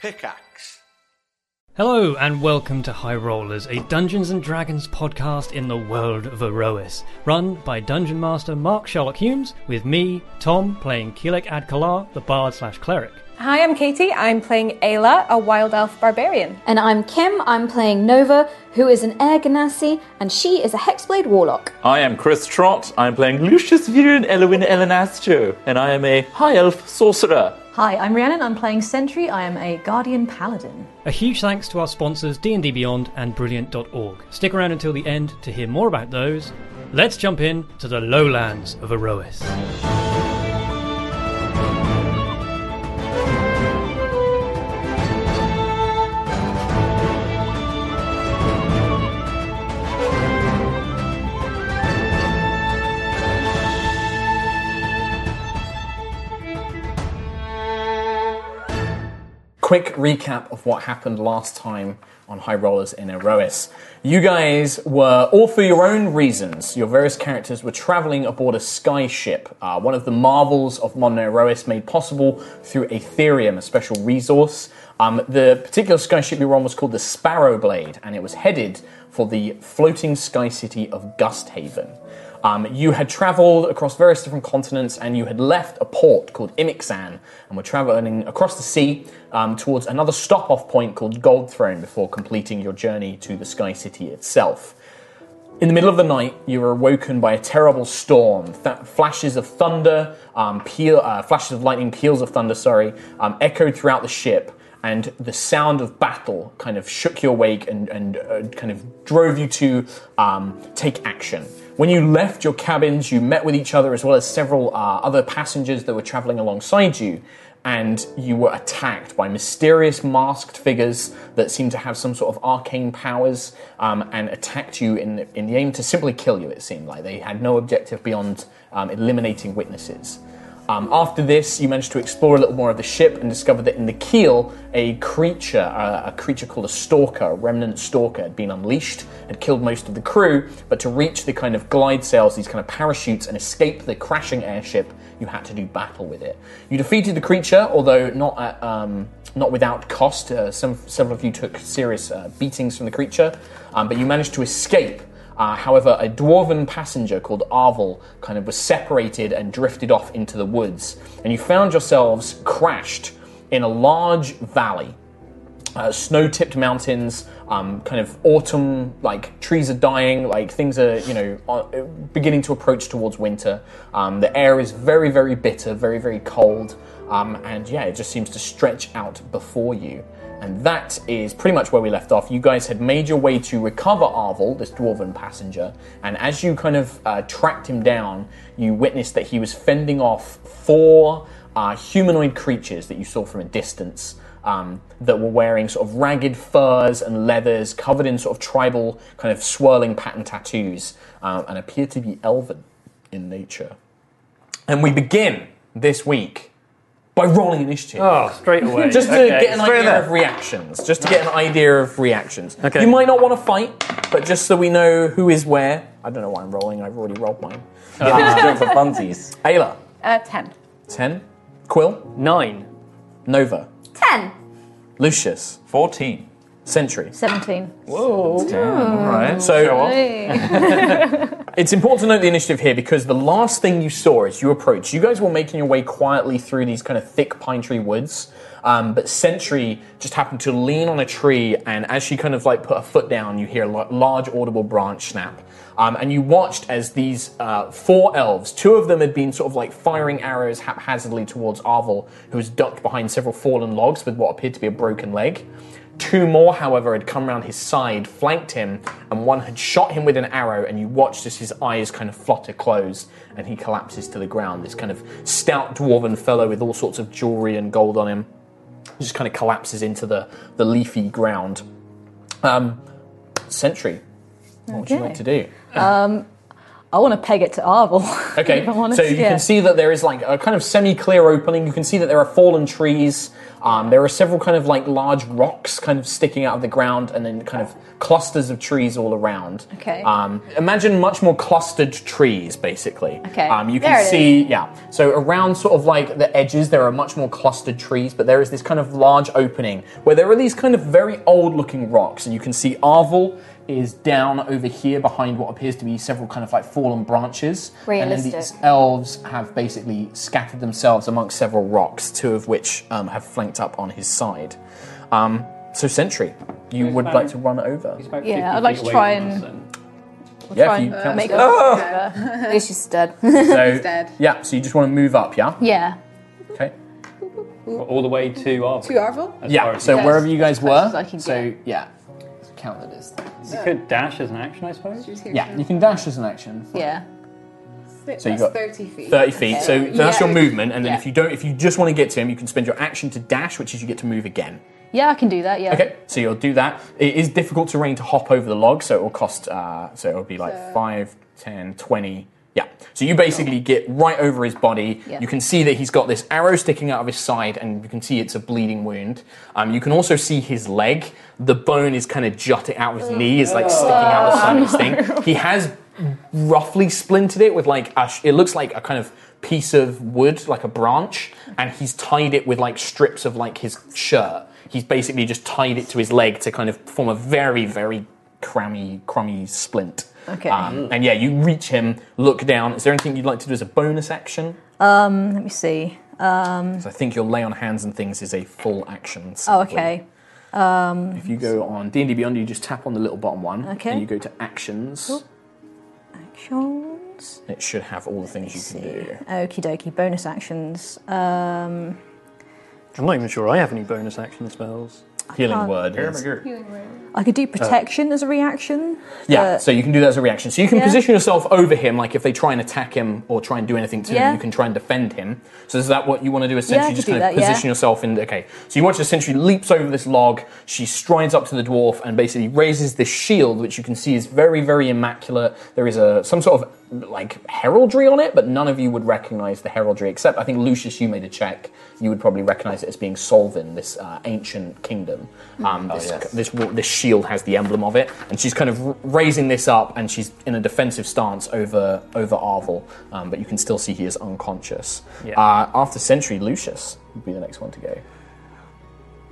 Pickaxe. Hello and welcome to High Rollers, a Dungeons and Dragons podcast in the world of Erois, run by Dungeon Master Mark Sherlock Humes, with me, Tom, playing Keelik Adkalar, the bard slash cleric. Hi, I'm Katie. I'm playing Ayla, a wild elf barbarian. And I'm Kim, I'm playing Nova, who is an Air Ganassi, and she is a Hexblade Warlock. I am Chris Trott. I'm playing Lucius Viren Elwin Elenastro, and I am a high elf sorcerer. Hi, I'm Rhiannon. I'm playing Sentry. I am a Guardian Paladin. A huge thanks to our sponsors D&D Beyond and Brilliant.org. Stick around until the end to hear more about those. Let's jump in to the lowlands of Erois. quick recap of what happened last time on High Rollers in Erois. You guys were, all for your own reasons, your various characters were traveling aboard a sky ship, uh, one of the marvels of modern Erois made possible through Aetherium, a special resource. Um, the particular sky ship you were on was called the Sparrow Blade, and it was headed for the floating sky city of Gusthaven. Um, you had traveled across various different continents and you had left a port called Imixan and were traveling across the sea um, towards another stop off point called Gold Throne before completing your journey to the Sky City itself. In the middle of the night, you were awoken by a terrible storm. Th- flashes of thunder, um, peel, uh, flashes of lightning, peals of thunder, sorry, um, echoed throughout the ship, and the sound of battle kind of shook you awake and, and uh, kind of drove you to um, take action. When you left your cabins, you met with each other as well as several uh, other passengers that were traveling alongside you, and you were attacked by mysterious masked figures that seemed to have some sort of arcane powers um, and attacked you in, in the aim to simply kill you, it seemed like. They had no objective beyond um, eliminating witnesses. Um, after this, you managed to explore a little more of the ship and discovered that in the keel, a creature, uh, a creature called a stalker, a remnant stalker, had been unleashed, had killed most of the crew. But to reach the kind of glide sails, these kind of parachutes, and escape the crashing airship, you had to do battle with it. You defeated the creature, although not at, um, not without cost. Uh, some several of you took serious uh, beatings from the creature, um, but you managed to escape. Uh, however, a dwarven passenger called Arvel kind of was separated and drifted off into the woods, and you found yourselves crashed in a large valley. Uh, snow-tipped mountains, um, kind of autumn, like trees are dying, like things are, you know, are uh, beginning to approach towards winter. Um, the air is very, very bitter, very, very cold, um, and yeah, it just seems to stretch out before you. And that is pretty much where we left off. You guys had made your way to recover Arvel, this dwarven passenger, and as you kind of uh, tracked him down, you witnessed that he was fending off four uh, humanoid creatures that you saw from a distance um, that were wearing sort of ragged furs and leathers, covered in sort of tribal kind of swirling pattern tattoos, um, and appeared to be elven in nature. And we begin this week by rolling initiative. Oh, straight away. Just to get an idea of reactions. Just to get an idea of reactions. Okay. You might not want to fight, but just so we know who is where. I don't know why I'm rolling. I've already rolled mine. Just for funsies. Ayla, Uh, 10. ten. Quill, Nine. Nova, 10. Lucius, 14. Sentry. 17. All right. So- Show off. It's important to note the initiative here because the last thing you saw as you approached, you guys were making your way quietly through these kind of thick pine tree woods. Um, but Sentry just happened to lean on a tree, and as she kind of like put her foot down, you hear a la- large audible branch snap. Um, and you watched as these uh, four elves, two of them had been sort of like firing arrows haphazardly towards Arvel, who was ducked behind several fallen logs with what appeared to be a broken leg. Two more, however, had come round his side, flanked him, and one had shot him with an arrow, and you watched as his eyes kind of flutter close and he collapses to the ground. This kind of stout dwarven fellow with all sorts of jewelry and gold on him just kind of collapses into the, the leafy ground. Um, Sentry, what would you like to do? I want to peg it to Arvel. Okay, if I'm honest. so you yeah. can see that there is like a kind of semi-clear opening. You can see that there are fallen trees. Um, there are several kind of like large rocks kind of sticking out of the ground, and then kind of clusters of trees all around. Okay. Um, imagine much more clustered trees, basically. Okay, Um, you there can it see, yeah. So around sort of like the edges, there are much more clustered trees, but there is this kind of large opening where there are these kind of very old-looking rocks, and you can see Arvel is down over here behind what appears to be several kind of like fallen branches. And Realistic. then these elves have basically scattered themselves amongst several rocks, two of which um, have flanked up on his side. Um, so, Sentry, you would about- like to run over. Yeah, I'd like to try and Yeah, try if you and count- Oh! make At least she's dead. so, dead. Yeah, so you just want to move up, yeah? Yeah. Okay. All the way to Arvel. To Arvel? As far Yeah, as so you Yes. wherever you guys were. as I can So, yeah. Count that as. can. You could dash as an action, I suppose. She's here Yeah, for you can dash as an action. Yeah. six- so you that's got 30 feet. 30 feet. So that's Yeah. your movement, and then Yeah. if you don't, if you just want to get to him, you can spend your action to dash, which is you get to move again. Yeah, I can do that. Yeah. Okay, so you'll do that. It is difficult terrain to hop over the log, so it will cost, uh, so it'll be like So- five, ten, twenty. Yeah. So you basically get right over his body. Yeah. You can see that he's got this arrow sticking out of his side, and you can see it's a bleeding wound. Um, you can also see his leg. The bone is kind of jutting out Oh, of his knee, is like sticking out of the side of his thing. He has roughly splintered it with like a, sh- it looks like a kind of piece of wood, like a branch, and he's tied it with like strips of like his shirt. He's basically just tied it to his leg to kind of form a very, very crummy, crummy splint. Okay. Um, and yeah, you reach him, look down. Is there anything you'd like to do as a bonus action? Um, let me see. 'Cause I think your lay on hands and things is a full action. Oh, simply. okay. If you go on D and D Beyond, you just tap on the little bottom one. Okay. And you go to actions. Actions. It should have all the things you can do. Okie dokie. Bonus actions. Um, I'm not even sure I have any bonus action spells. Healing word. is- I Uh, could do protection as a reaction. Yeah, but- so you can do that as a reaction. So you can Uh, Yeah. position yourself over him, like if they try and attack him or try and do anything to him, Yeah. you can try and defend him. So is that what you want to do? Essentially, I just could kind do of that, yeah. position yourself in. Okay, so you watch the sentry leaps over this log. She strides up to the dwarf and basically raises this shield, which you can see is very, very immaculate. There is a some sort of like heraldry on it, but none of you would recognize the heraldry except I think Lucius, you made a check. You would probably recognize it as being Solvin, this uh, ancient kingdom. Um, this, this this shield has the emblem of it, and she's kind of r- raising this up, and she's in a defensive stance over over Arvel, um, but you can still see he is unconscious. Yeah. Uh, after Sentry, Lucius would be the next one to go.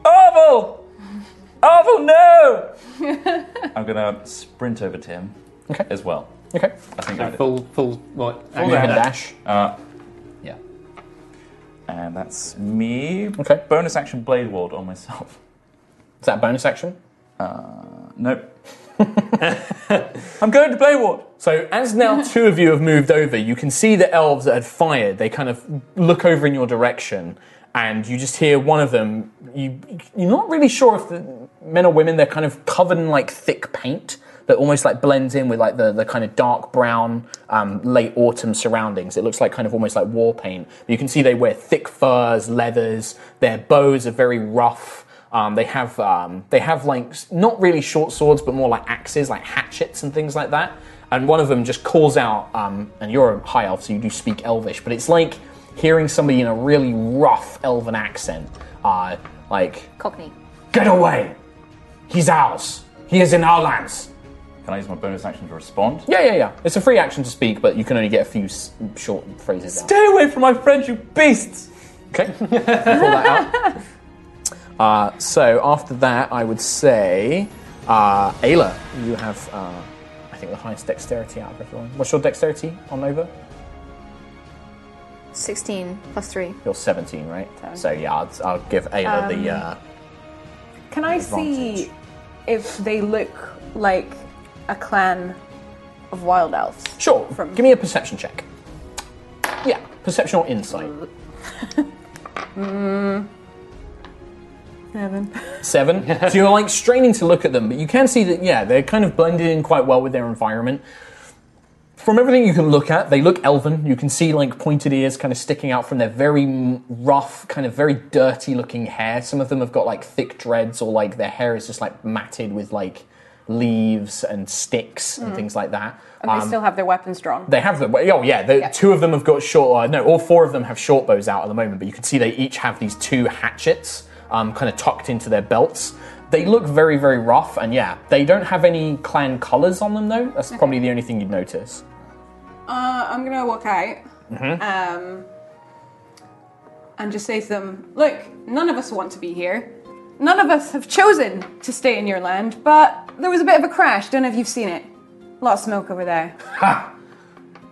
Arvel! Arvel, no! I'm gonna sprint over to him Okay. as well. Okay. I think I So did. full, full, what? You action? can dash. Yeah. And that's me. Okay. Bonus action blade ward on myself. Is that a bonus action? Nope. I'm going to blade ward. So as now two of you have moved over, you can see the elves that had fired. They kind of look over in your direction, and you just hear one of them. You you're not really sure if the men or women. They're kind of covered in like thick paint that almost like blends in with like the, the kind of dark brown um, late autumn surroundings. It looks like kind of almost like war paint. But you can see they wear thick furs, leathers. Their bows are very rough. Um, they have um, they have like s- not really short swords, but more like axes, like hatchets and things like that. And one of them just calls out, um, and you're a high elf, so you do speak Elvish, but it's like hearing somebody in a really rough Elven accent, uh, like Cockney. "Get away! He's ours. He is in our lands." Can I use my bonus action to respond? Yeah, yeah, yeah. It's a free action to speak, but you can only get a few s- short phrases. out. Stay away from my friend, you beasts! Okay. Pull that out. Uh, so after that, I would say, uh, Ayla, you have, uh, I think, the highest dexterity out of everyone. What's your dexterity on Nova? 16 plus 3. You're 17, right? So yeah, I'll, I'll give Ayla the. Uh, Can Um, I see if they look like a clan of wild elves? sure. from- Give me a perception check. Yeah, perception or insight. Seven. Seven. so you're like straining to look at them, but you can see that yeah, they're kind of blended in quite well with their environment. From everything you can look at, they look elven. You can see like pointed ears kind of sticking out from their very m- rough, kind of very dirty looking hair. Some of them have got like thick dreads or like their hair is just like matted with like leaves and sticks Hmm. and things like that. And they still have their weapons drawn. They have the oh yeah, the, two of them have got short. Uh, no, all four of them have short bows out at the moment, but you can see they each have these two hatchets, um, kind of tucked into their belts. They look very very rough, and yeah, they don't have any clan colours on them though. That's probably the only thing you'd notice. Uh, I'm gonna walk out um, and just say to them, "Look, none of us want to be here. None of us have chosen to stay in your land, but there was a bit of a crash. Don't know if you've seen it. A lot of smoke over there.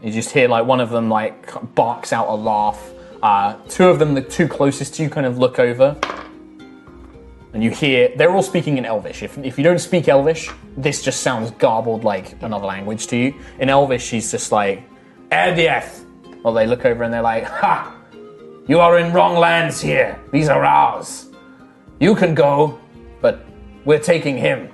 You just hear like one of them like barks out a laugh. Uh, two of them, the two closest to you, kind of look over, and you hear they're all speaking in Elvish. If, if you don't speak Elvish, this just sounds garbled like another language to you. In Elvish, she's just like Erdieth. Well, they look over and they're like, "Ha! You are in wrong lands here. These are ours. You can go, but we're taking him.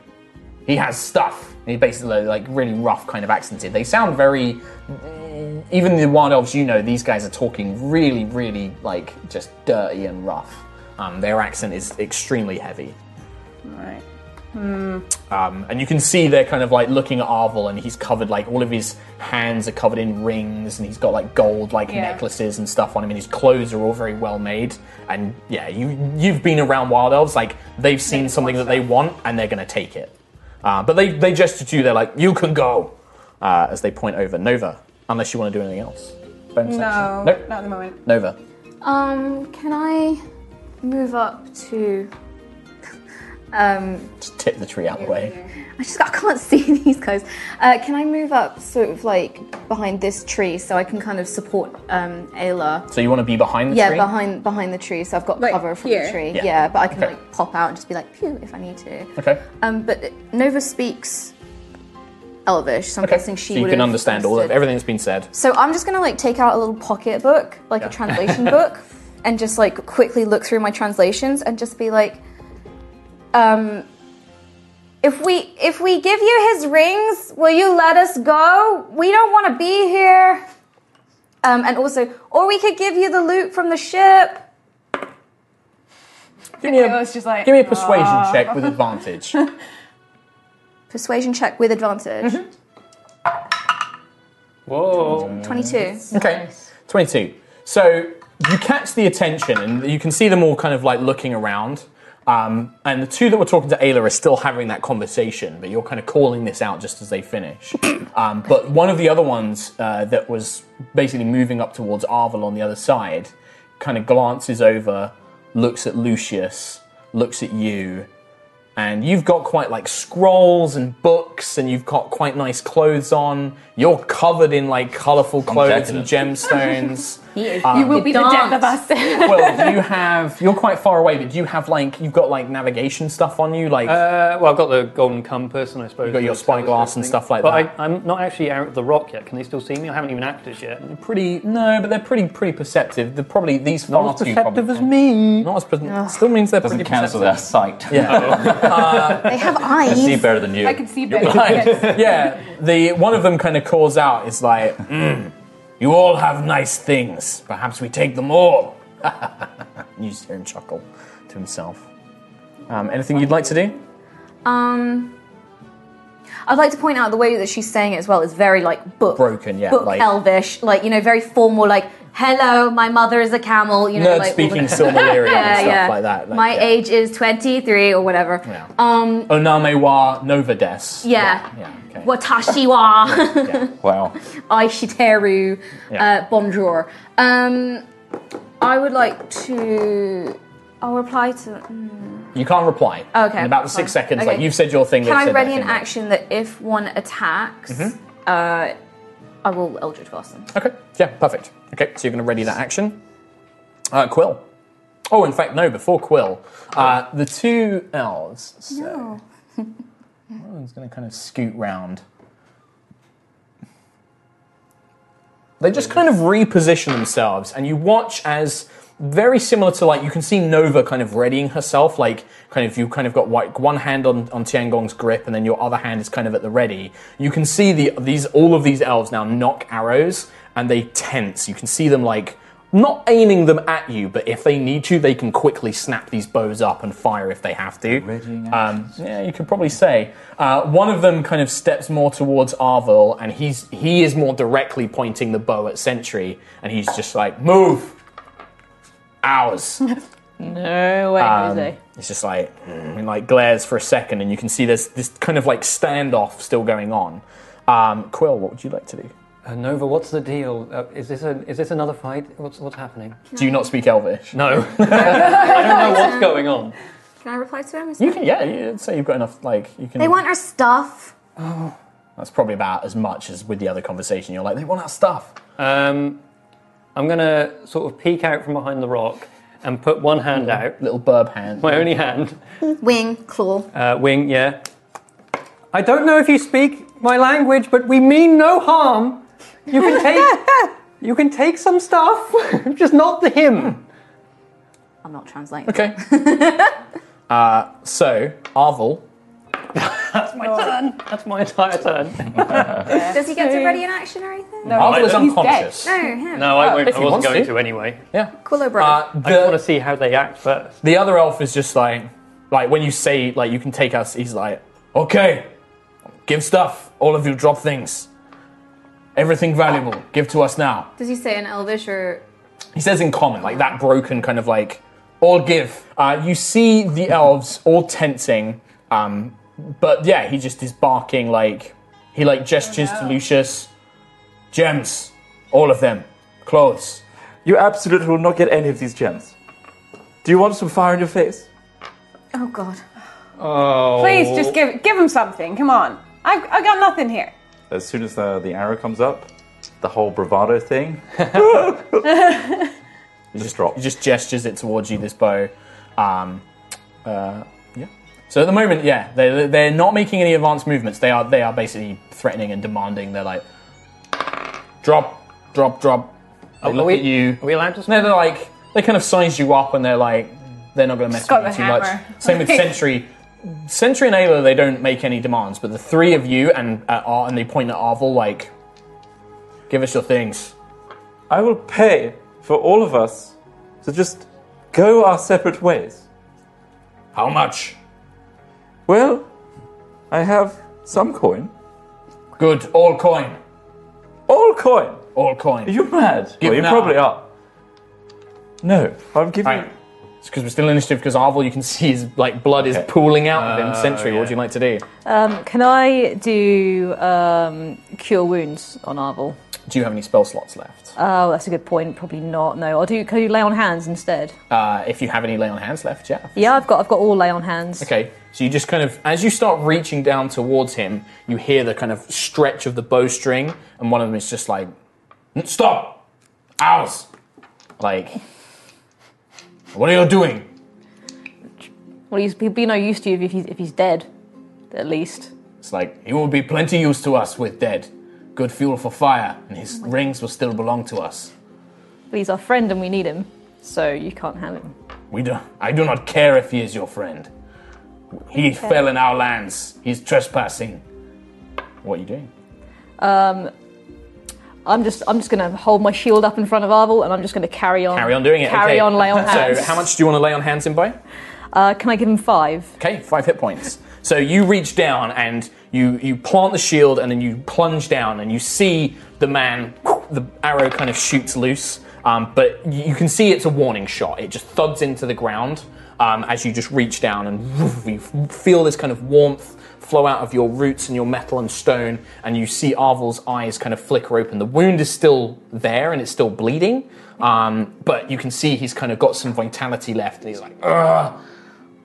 He has stuff." And he basically like really rough kind of accented. They sound very mm, even the wild elves you know these guys are talking really really like just dirty and rough um, their accent is extremely heavy Right. um, and you can see they're kind of like looking at arvel and he's covered like all of his hands are covered in rings and he's got like gold like Yeah. necklaces and stuff on him and his clothes are all very well made and yeah you you've been around wild elves like they've seen They something that want they want and they're going to take it uh, but they they gesture to you they're like you can go uh, as they point over nova unless you want to do anything else Bonus No, action. nope not at the moment. Nova. Um, can I move up to? Um, Just tip the tree out of the way. I just I can't see these guys. Uh, can I move up sort of like behind this tree so I can kind of support um Ayla? So you want to be behind the Yeah, tree? behind behind the tree, so I've got Like cover from here? the tree. Yeah. Yeah, but I can Okay. like pop out and just be like pew if I need to. Okay. Um, but Nova speaks Elvish, so I'm Okay. guessing she so you would can have understand all of understood. everything that's been said. So I'm just gonna like take out a little pocket book, like Yeah. a translation book, and just like quickly look through my translations and just be like, um, if we if we give you his rings, will you let us go? We don't want to be here. Um, and also, or we could give you the loot from the ship. Give me It a, was just like give me a persuasion check with advantage. Persuasion check with advantage. Mm-hmm. Whoa. Twenty-two. Okay. 22. So you catch the attention, and you can see them all kind of like looking around. Um, and the two that were talking to Ayla are still having that conversation, but you're kind of calling this out just as they finish. um, but one of the other ones uh, that was basically moving up towards Arvel on the other side kind of glances over, looks at Lucius, looks at you, and you've got quite like scrolls and books, and you've got quite nice clothes on. You're covered in like colorful clothes and gemstones. you will be The death of us. well, you have you're quite far away, but do you have like you've got like navigation stuff on you, like Uh, well, I've got the golden compass, and I suppose got the your telescope spyglass and thing. stuff like but that. But I'm not actually out of the rock yet. Can they still see me? I haven't even acted yet. pretty no, but they're pretty pretty perceptive. They're probably these far Not as too perceptive probably- as me. Not as perceptive. Still means they're Doesn't pretty cancel their perceptive. sight. Yeah. They have I see eyes. better than you. I can see better. Oh, yeah, the one of them kind of calls out. It's like, "Mm, you all have nice things. Perhaps we take them all. you just hear him chuckle to himself. Um, anything you'd like to do? Um, I'd like to point out the way that she's saying it as well is very like book Broken, yeah, book like- Elvish, like you know, very formal, like "Hello, my mother is a camel," you know, Nerd like all speaking the- Silmarillion and Yeah, stuff yeah. like that. like, my yeah. age is twenty three or whatever. Yeah. Um, Oname wa Novades. yeah. Yeah, okay. Watashi wa Wow. Aishiteru Yeah. uh, Bonjour. Um, I would like to. I'll reply to. You can't reply. Oh, Okay, In about that's six fine. seconds, Okay. like you've said your thing. Can they've I said ready their an thing. action that if one attacks, Mm-hmm. uh, I will Eldritch Blast them? Okay. Yeah. Perfect. Okay. So you're going to ready that action. Uh, Quill. Oh, in fact, no. Before Quill, uh, the two elves. So no. one's going to kind of scoot round. They just kind of reposition themselves, and you watch as very similar to like you can see Nova kind of readying herself, like kind of you kind of got like one hand on on Tiangong's grip, and then your other hand is kind of at the ready. You can see the these all of these elves now knock arrows, and they tense. You can see them like not aiming them at you, but if they need to, they can quickly snap these bows up and fire if they have to. Um, yeah, you could probably say uh, one of them kind of steps more towards Arvel, and he's he is more directly pointing the bow at Sentry, and he's just like, "Move, ours." No way, Uh, Jose. It's just like mm, and like glares for a second, and you can see there's this kind of like standoff still going on. Um, Quill, what would you like to do? Uh, Nova, what's the deal? Uh, is this a, is this another fight? What's what's happening? Do you not speak Elvish? No, I don't know what's going on. Can I reply to him? You can, yeah. You, so you've got enough. Like you can. Oh. They want our stuff. That's probably about as much as with the other conversation. You're like, they want our stuff. Um, I'm gonna sort of peek out from behind the rock and put one Hmm. hand out, Little burb hand. my only hand, Wing, claw. uh, wing, yeah. I don't know if you speak my language, but we mean no harm. You can take you can take some stuff, just not the him. I'm not translating. Okay. uh, so Arvel, That's my turn. That's my entire turn. Does he get to ready in action or anything? No, Arvel is he's- he's dead. unconscious. No, him. No, I, won't, if I he wasn't wants going to. to anyway. Yeah. Cool, bro. Uh, I just want the, to see how they act first. the other elf is just like, like when you say like you can take us. He's like, okay, give stuff. All of you drop things. Everything valuable, give to us now. Does he say in Elvish or? He says in common, like that broken kind of like, all give. Uh, you see the elves all tensing, um, but yeah, he just is barking like, he like gestures Oh, to Lucius, gems, all of them, clothes. You absolutely will not get any of these gems. Do you want some fire in your face? Oh God. Oh, Please just give give him something. Come on. I've I got nothing here. As soon as the, the arrow comes up, the whole bravado thing just He drops. just gestures it towards you, this bow. Um, uh, yeah. So at the moment, yeah, they, they're not making any advanced movements. They are, they are basically threatening and demanding. They're like, drop, drop, drop. They look we- at you. Are we allowed to? No, they're like they kind of size you up and they're like they're not going to mess got with the you too much. hammer. Same with Sentry. Sentry and Ayla, they don't make any demands, but the three of you and uh, Ar- and they point at Arvel like, "Give us your things." I will pay for all of us to just go our separate ways. How much? Well, I have some coin. Good. All coin. All coin! All Are coin. you mad? Give well, you now. probably are. No, I'll give Right. you. It's because we're still in initiative. Because Arvel, you can see his like blood is Okay. pooling out of him. Sentry, what would you like to do? Um, can I do um, cure wounds on Arvel? Do you have any spell slots left? Oh, that's a good point. Probably not. No, I'll do. Can you lay on hands instead? Uh, if you have any lay on hands left, yeah. Yeah, I've got. I've got all lay on hands. Okay, so you just kind of, as you start reaching down towards him, you hear the kind of stretch of the bowstring, and one of them is just like, "N- "Stop, ours!" Like, what are you doing? Well, he's he'd be no use to you if he's if he's dead, at least. It's like he will be plenty use to us with dead, good fuel for fire, and his rings will still belong to us. But he's our friend and we need him, so you can't have him. We do. I do not care if he is your friend. He fell in our lands. He's trespassing. What are you doing? Um, I'm just I'm just gonna hold my shield up in front of Arvel and I'm just gonna carry on. Carry on doing it. Oh. Carry okay. on, lay on hands. So, how much do you want to lay on hands in by? Uh, can I give him five? Okay, five hit points. So you reach down and you you plant the shield and then you plunge down and you see the man. The arrow kind of shoots loose, um, but you can see it's a warning shot. It just thuds into the ground um, as you just reach down and you feel this kind of warmth flow out of your roots and your metal and stone, and you see Arvel's eyes kind of flicker open. The wound is still there and it's still bleeding, um, but you can see he's kind of got some vitality left, and he's like, ugh.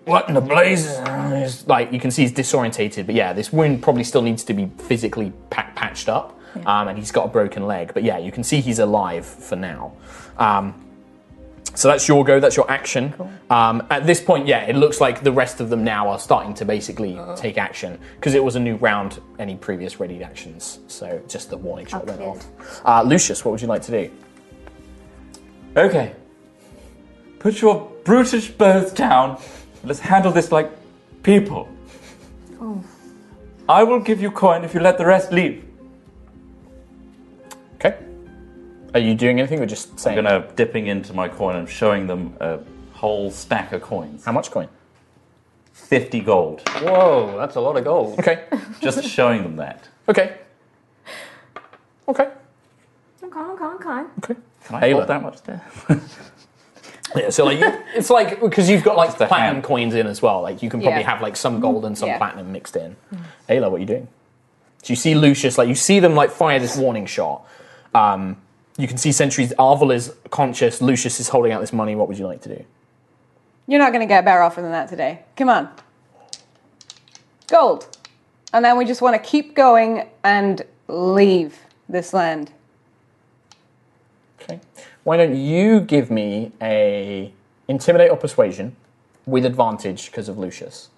What in the blazes? uh, It's Like you can see, he's disorientated. But yeah, this wound probably still needs to be physically pa- patched up, um, and he's got a broken leg. But yeah, you can see he's alive for now. Um, so that's your go. That's your action. Um, at this point, yeah, it looks like the rest of them now are starting to basically Uh-huh. take action because it was a new round. Any previous ready actions? So just the warning shot went Outfield. off. Uh, Lucius, what would you like to do? Okay. Put your brutish bows down. Let's handle this like people. I will give you coin if you let the rest leave. Okay. Are you doing anything or just saying? I'm gonna dipping into my coin and showing them a whole stack of coins. How much coin? 50 gold. Whoa, that's a lot of gold. Okay. Just showing them that. okay. Okay. Okay, okay, okay. Okay. Can I hold Ayla. that much there? Yeah, so like you, it's like because you've got like a platinum hand. coins in as well. Like you can probably Yeah. have like some gold and some Yeah. platinum mixed in. Ayla, what are you doing? So you see Lucius, like you see them like fire this warning shot. Um, you can see sentries. Arvel is conscious. Lucius is holding out this money. What would you like to do? You're not going to get a better offer than that today. Come on. Gold. And then we just want to keep going and leave this land. Okay. Why don't you give me a intimidate or persuasion with advantage because of Lucius?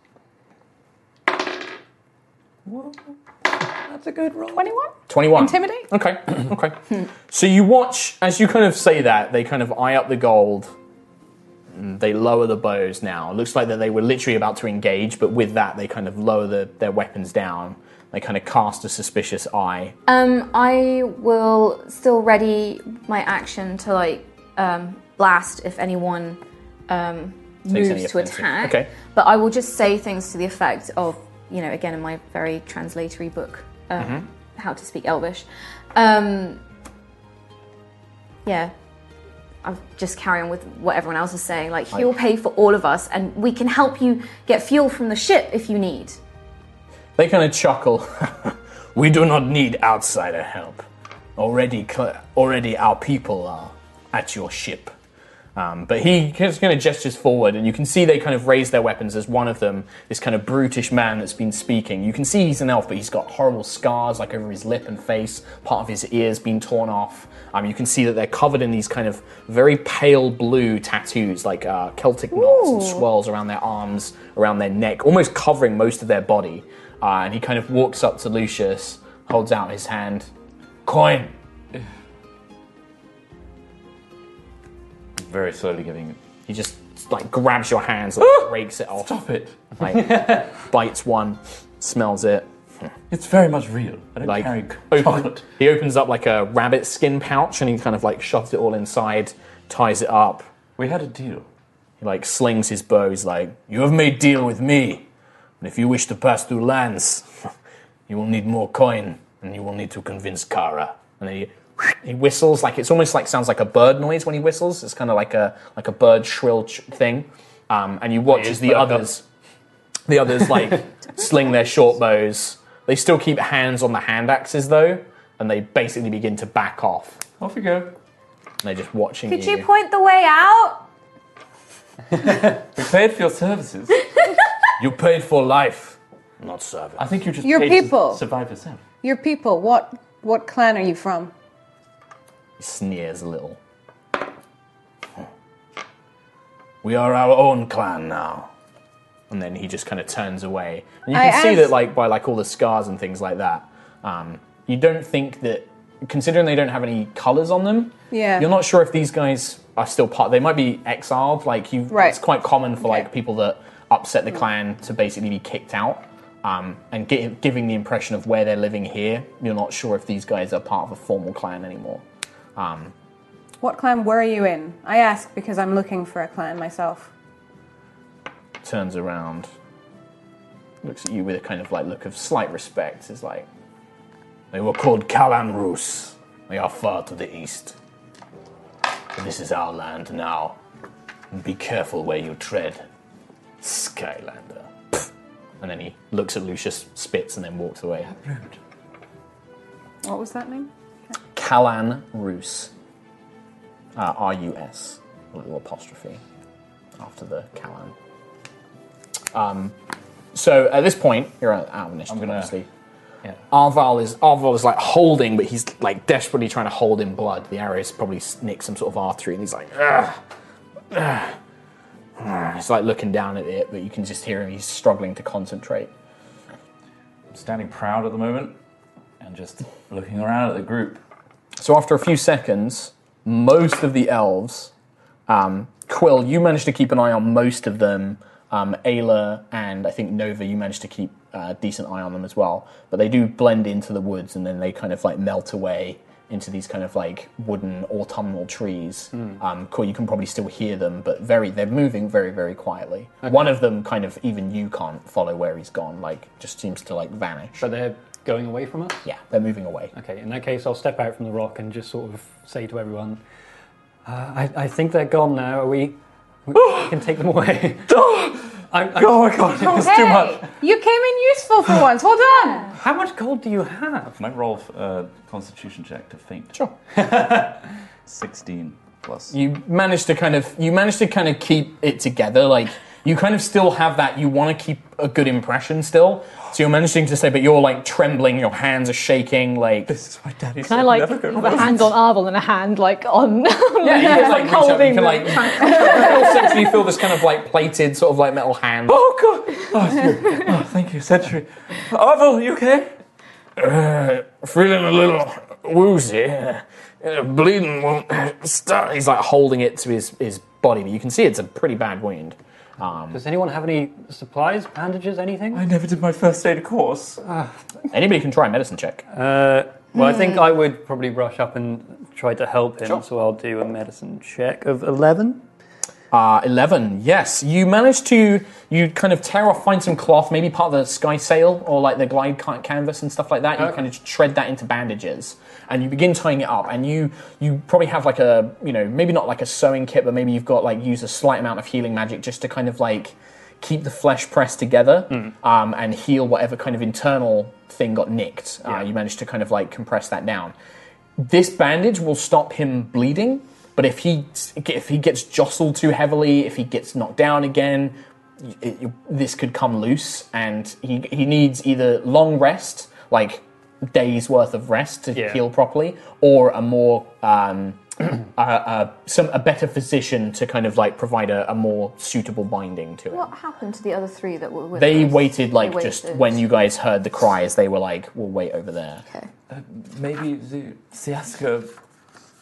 That's a good roll. 21? 21. Intimidate? Okay, okay. so you watch, as you kind of say that, they kind of eye up the gold. and They lower the bows now. It looks like that they were literally about to engage, but with that, they kind of lower the, their weapons down. They kind of cast a suspicious eye. Um, I will still ready my action to like um, blast if anyone um, Takes any moves to offensive. attack. Okay. But I will just say things to the effect of, you know, again in my very translatory book, um, Mm-hmm. how to speak Elvish. Um, yeah. I'll just carry on with what everyone else is saying. Like, he'll pay for all of us, and we can help you get fuel from the ship if you need. They kind of chuckle. we do not need outsider help. Already, cl- already, our people are at your ship. Um, but he just kind of gestures forward, and you can see they kind of raise their weapons as one of them, this kind of brutish man that's been speaking. You can see he's an elf, but he's got horrible scars like over his lip and face, part of his ears being torn off. Um, you can see that they're covered in these kind of very pale blue tattoos, like uh, Celtic knots and swirls around their arms, around their neck, almost covering most of their body. Uh, and he kind of walks up to Lucius, holds out his hand. Coin! Very slowly giving it. He just like grabs your hands, like, breaks it off. Stop it. like bites one, smells it. It's very much real. I don't Like carry open- chocolate. he opens up like a rabbit skin pouch and he kind of like shoves it all inside, ties it up. We had a deal. He like slings his bow. He's like, "You have made deal with me, and if you wish to pass through lands, you will need more coin, and you will need to convince Kara." And then he, he whistles like it's almost like sounds like a bird noise when he whistles. It's kind of like a like a bird shrill ch- thing. Um, and you watch as the others, the others like sling their short bows. They still keep hands on the hand axes though, and they basically begin to back off. Off we go. And they're just watching Could you point the way out? We paid for your services. you paid for life, not service. I think you just Your paid to people. survive yourself. Your people, what what clan are you from? sneers a little. Hmm. We are our own clan now. And then he just kind of turns away. And you I can see that, asked- like, by like all the scars and things like that, um, you don't think that, considering they don't have any colors on them, Yeah. you're not sure if these guys are still part. They might be exiled. Like, you, Right. it's quite common for like Okay. people that upset the clan to basically be kicked out. Um, and gi- giving the impression of where they're living here, you're not sure if these guys are part of a formal clan anymore. What clan were you in? I ask because I'm looking for a clan myself. turns around, looks at you with a kind of like look of slight respect. Is like, they were called Kalan Rus. They are far to the east. But this is our land now. Be careful where you tread, Skylander. Pfft. And then he looks at Lucius, spits, and then walks away. What was that name? Kalan Rus. Uh, R U S. A little apostrophe after the Kalan. Um, so at this point, you're out out of initiative, I'm gonna- obviously. Yeah. Arval is Arval is like holding, but he's like desperately trying to hold in blood. The arrow's probably nicked some sort of artery, and he's like, ugh, ugh, ugh." he's like looking down at it, but you can just hear him. He's struggling to concentrate. I'm standing proud at the moment and just looking around at the group. So after a few seconds, most of the elves, um, Quill, you managed to keep an eye on most of them. Um, Ayla and I think Nova, you managed to keep a decent eye on them as well. But they do blend into the woods and then they kind of like melt away into these kind of like wooden autumnal trees. Um, cool, you can probably still hear them, but very they're moving very very quietly. One of them, kind of even you can't follow where he's gone. Like just seems to like vanish. So they're going away from us? yeah, they're moving away. Okay, in that case, I'll step out from the rock and just sort of say to everyone, uh, I, I think they're gone now. Are we, we can take them away. I'm, I'm, Oh my god, it was too much. You came in useful for once. Well done. How much gold do you have? Can I roll uh, Constitution check to faint? Sure. 16 plus. you manage to kind of you manage to kind of keep it together like you kind of still have that you want to keep a good impression still so you're managing to say but you're like trembling your hands are shaking like This is my daddy Can I like have a hand on Arvel and a hand like on? yeah you can like like reach up you can holding them. like you essentially feel this kind of like plated sort of like metal hand Oh god! Oh, phew. Oh, thank you, Sentry. Arvel, you okay? uh, feeling a little woozy Uh, bleeding won't start he's like holding it to his his body but you can see it's a pretty bad wound um, Does anyone have any supplies, bandages, anything? I never did my first aid course. anybody can try a medicine check Uh, well, I think I would probably rush up and try to help him, Sure. so I'll do a medicine check of 11. Uh, 11, yes. You managed to, you kind of tear off, find some cloth, maybe part of the sky sail or like the glide ca- canvas and stuff like that. You kind of shred that into bandages and you begin tying it up. And you, you probably have like a, you know, maybe not like a sewing kit, but maybe you've got like, use a slight amount of healing magic just to kind of like keep the flesh pressed together um, and heal whatever kind of internal thing got nicked. Uh, you managed to kind of like compress that down this bandage will stop him bleeding, but if he if he gets jostled too heavily, if he gets knocked down again, y- it, this could come loose, and he he needs either long rest, like days worth of rest to Yeah. heal properly, or a more um, a, a, some a better physician to kind of like provide a, a more suitable binding to it. What happened to the other three that were with They us? waited like They just waited. when you guys heard the cries, they were like, "We'll wait over there." Maybe the Siaska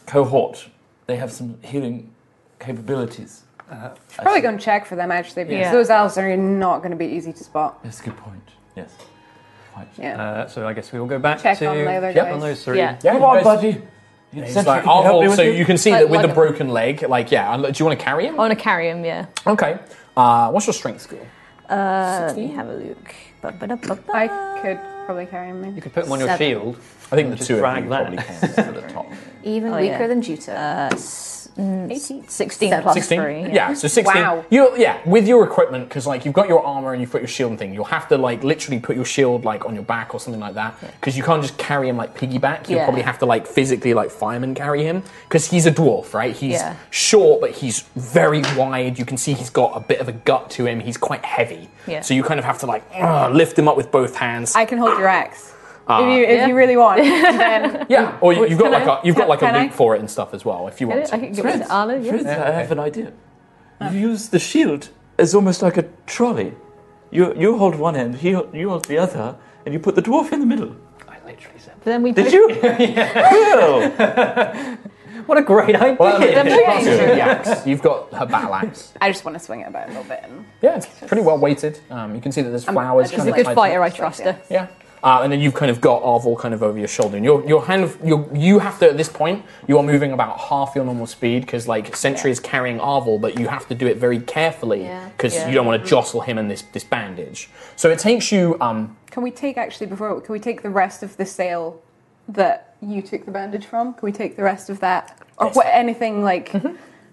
cohort, they have some healing capabilities. Probably going to check for them actually because Yeah. those elves are not going to be easy to spot. That's a good point. Yes. Quite. Yeah. Uh, so I guess we will go back Check to on the other check guys. on those three. yeah. Yeah, Come you on, guys- buddy. You He's said like, could I'll help me hold, with so it. you can see Like- that with like the a- broken leg, like, yeah, I'll- do you want to carry him? I want to carry him. Yeah. Okay. Uh, what's your strength score? Uh, let me have a look. Ba-ba-da-ba-ba. I could probably carry him. You in. could put them on your Seven. shield. I think the Just two of drag you that. probably can to the top. Even Oh, weaker yeah. than Juta. Uh, s- mm, 18. 16 Seven. plus 16? 3. Yeah. so 16. Wow. You yeah, with your equipment cuz like you've got your armor and you've got your shield and thing. You'll have to like literally put your shield like on your back or something like that cuz you can't just carry him like piggyback. You'll Yeah. probably have to like physically like fireman carry him cuz he's a dwarf, right? He's Yeah. short but he's very wide. You can see he's got a bit of a gut to him. He's quite heavy. Yeah. So you kind of have to like uh, lift him up with both hands. I can hold your axe if you if you really want. And then yeah, or you, you've got like a you've got like a can I- loop for it and stuff as well if you want. I to. could give it to Arlo. Yeah. Fritz, I have an idea. You use the shield as almost like a trolley. You, you hold one end, he, you hold the other, and you put the dwarf in the middle. I literally said. But then we Did put- you? Well, What a great idea! Well, Then we yeah, put- the axe. You've got her battle axe. I just want to swing it about a little bit. And Yeah, it's pretty well weighted. Um, you can see that there's flowers. I She's kind a of good tied to fighter. it. I trust her. Yeah. Uh, and then you've kind of got Arvel kind of over your shoulder, and your your hand your, you have to at this point you are moving about half your normal speed because like Sentry is carrying Arvel, but you have to do it very carefully Yeah. because Yeah. you don't want to jostle him in this this bandage. So it takes you um, can we take actually before can we take the rest of the sail that you took the bandage from? Can we take the rest of that or Yes. Mm-hmm. what, anything like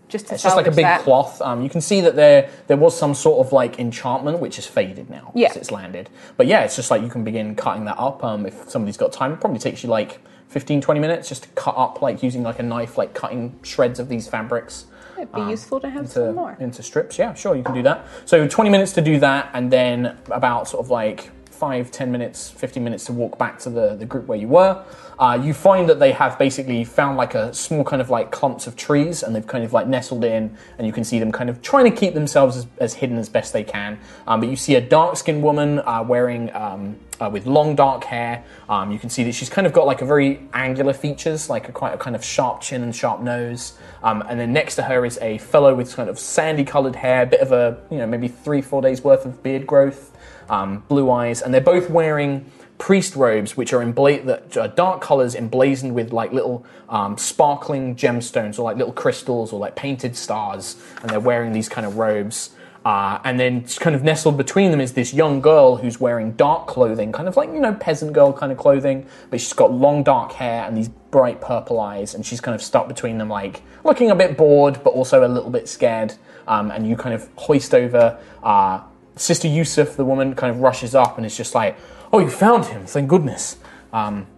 just to It's just like a salvage big that? cloth. Um, you can see that there there was some sort of like enchantment which is faded now. 'cause Yeah. it's landed. But yeah, it's just like you can begin cutting that up. Um, if somebody's got time, it probably takes you like 15, 20 minutes just to cut up like using like a knife, like cutting shreds of these fabrics It'd be useful to have some into more. into strips. Yeah, sure, you can do that. So twenty minutes to do that, and then about sort of like five, ten minutes, fifteen minutes to walk back to the the group where you were. Uh, you find that they have basically found like a small kind of like clumps of trees, and they've kind of like nestled in, and you can see them kind of trying to keep themselves as, as hidden as best they can. Um, but you see a dark skinned woman uh, wearing. Um, uh, with long dark hair, um, you can see that she's kind of got like a very angular features, like a quite a kind of sharp chin and sharp nose. Um, and then next to her is a fellow with kind of sandy coloured hair, bit of a, you know, maybe three, four days worth of beard growth, um, blue eyes. And they're both wearing priest robes, which are in bla- that are dark colors emblazoned with like little um, sparkling gemstones or like little crystals or like painted stars, and they're wearing these kind of robes. Uh, and then, just kind of nestled between them, is this young girl who's wearing dark clothing, kind of like you know peasant girl kind of clothing, but she's got long dark hair and these bright purple eyes, and she's kind of stuck between them, like looking a bit bored but also a little bit scared. Um, and you kind of hoist over uh, Sister Yusuf, the woman, kind of rushes up and is just like, "Oh, you found him! Thank goodness." Um,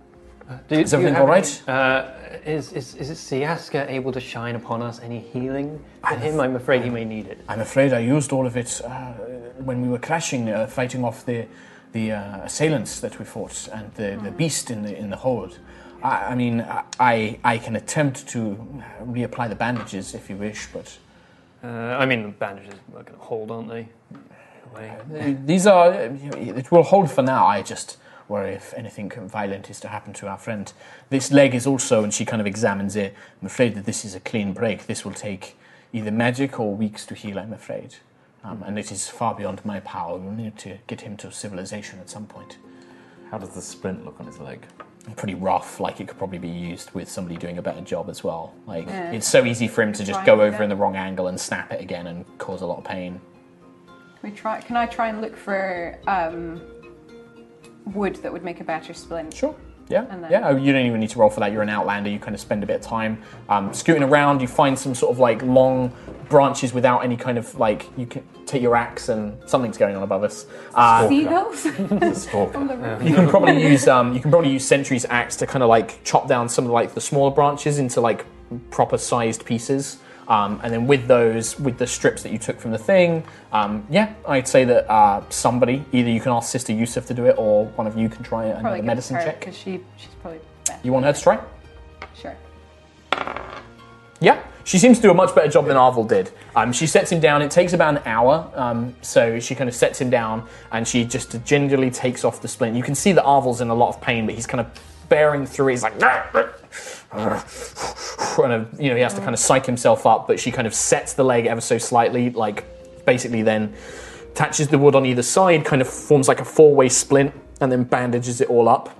Do, Is everything all right? Uh, is, is, is it Siaska able to shine upon us any healing? For him, I'm afraid he may need it. I'm afraid I used all of it uh, when we were crashing, uh, fighting off the the uh, assailants that we fought and the, the beast in the in the hold. I, I mean, I I can attempt to reapply the bandages if you wish, but Uh, I mean, the bandages are going to hold, aren't they? Anyway. these are it will hold for now. I just worry if anything violent is to happen to our friend. This leg is also, and she kind of examines it. I'm afraid that this is a clean break. This will take either magic or weeks to heal. I'm afraid, um, and it is far beyond my power. We'll need to get him to civilization at some point. How does the sprint look on his leg? Pretty rough. Like it could probably be used with somebody doing a better job as well. Like Yeah. it's so easy for him to just Try go and over get- in the wrong angle and snap it again and cause a lot of pain. Can we try? Can I try and look for um, wood that would make a better splint? Sure. Yeah. And then- Yeah. oh, You don't even need to roll for that. You're an outlander. You kind of spend a bit of time um, scooting around. You find some sort of like long branches without any kind of like. You can take your axe and something's going on above us. Uh, See those? It's a stalker. On the roof. you can probably use um, you can probably use Sentry's axe to kind of like chop down some of like the smaller branches into like proper sized pieces. Um, and then with those, with the strips that you took from the thing, um, yeah, I'd say that uh, somebody, either you can ask Sister Yusuf to do it, or one of you can try Probably another give medicine her, check. 'cause she she's probably better. You want her to try? Sure. Yeah, she seems to do a much better job than Arvel did. Um, she sets him down. It takes about an hour, um, so she kind of sets him down and she just gingerly takes off the splint. You can see that Arvel's in a lot of pain, but he's kind of bearing through. it. He's like, and uh, you know, he has to kind of psych himself up. But she kind of sets the leg ever so slightly, like basically then attaches the wood on either side, kind of forms like a four-way splint, and then bandages it all up.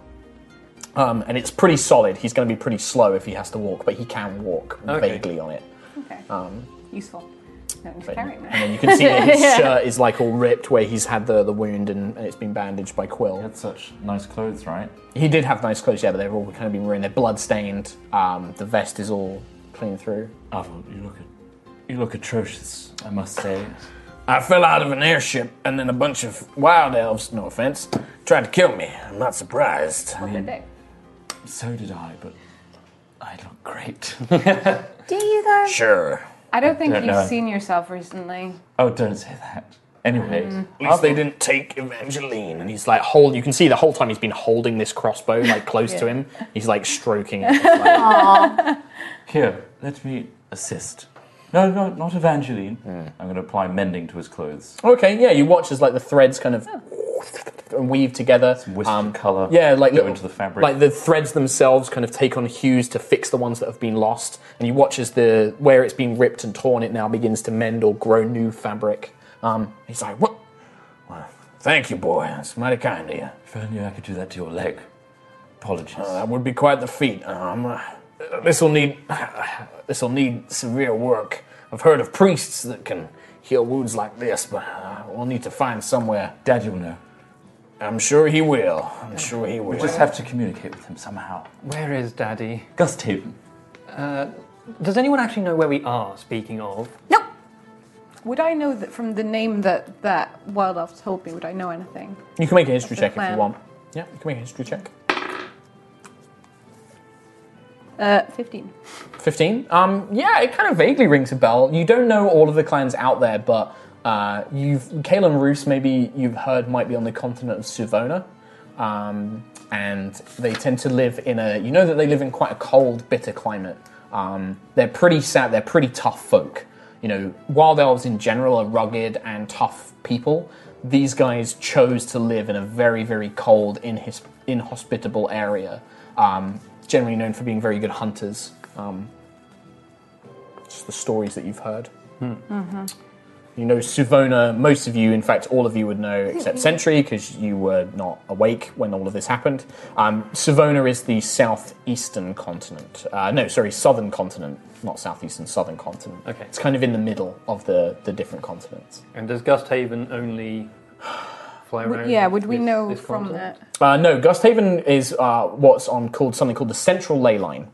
Um, and it's pretty solid. He's going to be pretty slow if he has to walk, but he can walk vaguely on it. Okay. Useful. No, just But- carry it now. and then you can see that his shirt is like all ripped where he's had the, the wound and, and it's been bandaged by Quill. He had such nice clothes, right? He did have nice clothes, yeah, but they've all kind of been ruined. They're bloodstained. Um, the vest is all clean through. Arvel, Oh, you look at, you look atrocious. I must say. I fell out of an airship and then a bunch of wild elves, no offense, tried to kill me. I'm not surprised. Good day. So did I, but I look great. Do you though? Sure. I don't think don't you've know. seen yourself recently. oh, don't say that. Anyway, At least they didn't take Evangeline. And he's like, hold. You can see the whole time he's been holding this crossbow like close to him. He's like stroking it. Like, here, let me assist. No, no, not Evangeline. I'm going to apply mending to his clothes. Okay, yeah, you watch as like the threads kind of weave together. Um, Wisp of colour. yeah, like go little- into the fabric. Like the threads themselves kind of take on hues to fix the ones that have been lost, and you watch as the where it's been ripped and torn, it now begins to mend or grow new fabric. Um, he's like, "What? Well, thank you, boy. That's mighty kind of you. if I knew I could do that to your leg. Apologies. That would be quite the feat. Um, uh, this will need this will need severe work. I've heard of priests that can heal wounds like this, but uh, we'll need to find somewhere." Dad, you'll know. I'm sure he will. I'm sure he will. Just have to communicate with him somehow. Where is Daddy? Gusthaven. Does anyone actually know where we are, speaking of? No. Would I know that from the name that that wild elf told me? Would I know anything? you can make a history the check if you plan. want. Yeah, you can make a history check. Uh, fifteen. 15. Um, yeah, it kind of vaguely rings a bell. You don't know all of the clans out there, but uh, you've Kalen Roos, maybe you've heard, might be on the continent of Suvona. Um, and they tend to live in a, you know, that they live in quite a cold, bitter climate. Um, they're pretty sad, they're pretty tough folk. You know, wild elves in general are rugged and tough people. These guys chose to live in a very, very cold, inhis- inhospitable area. Um, generally known for being very good hunters. Um, just the stories that you've heard. You know Suvona, most of you, in fact, all of you would know except Sentry, because you were not awake when all of this happened. Um, Savona is the southeastern continent. Uh, no, sorry, southern continent, not southeastern, southern continent. Okay. It's kind of in the middle of the, the different continents. And does Gust Haven only fly around? yeah, would we this- know this from continent? that? Uh, no, Gusthaven is uh, what's on called something called the central ley line,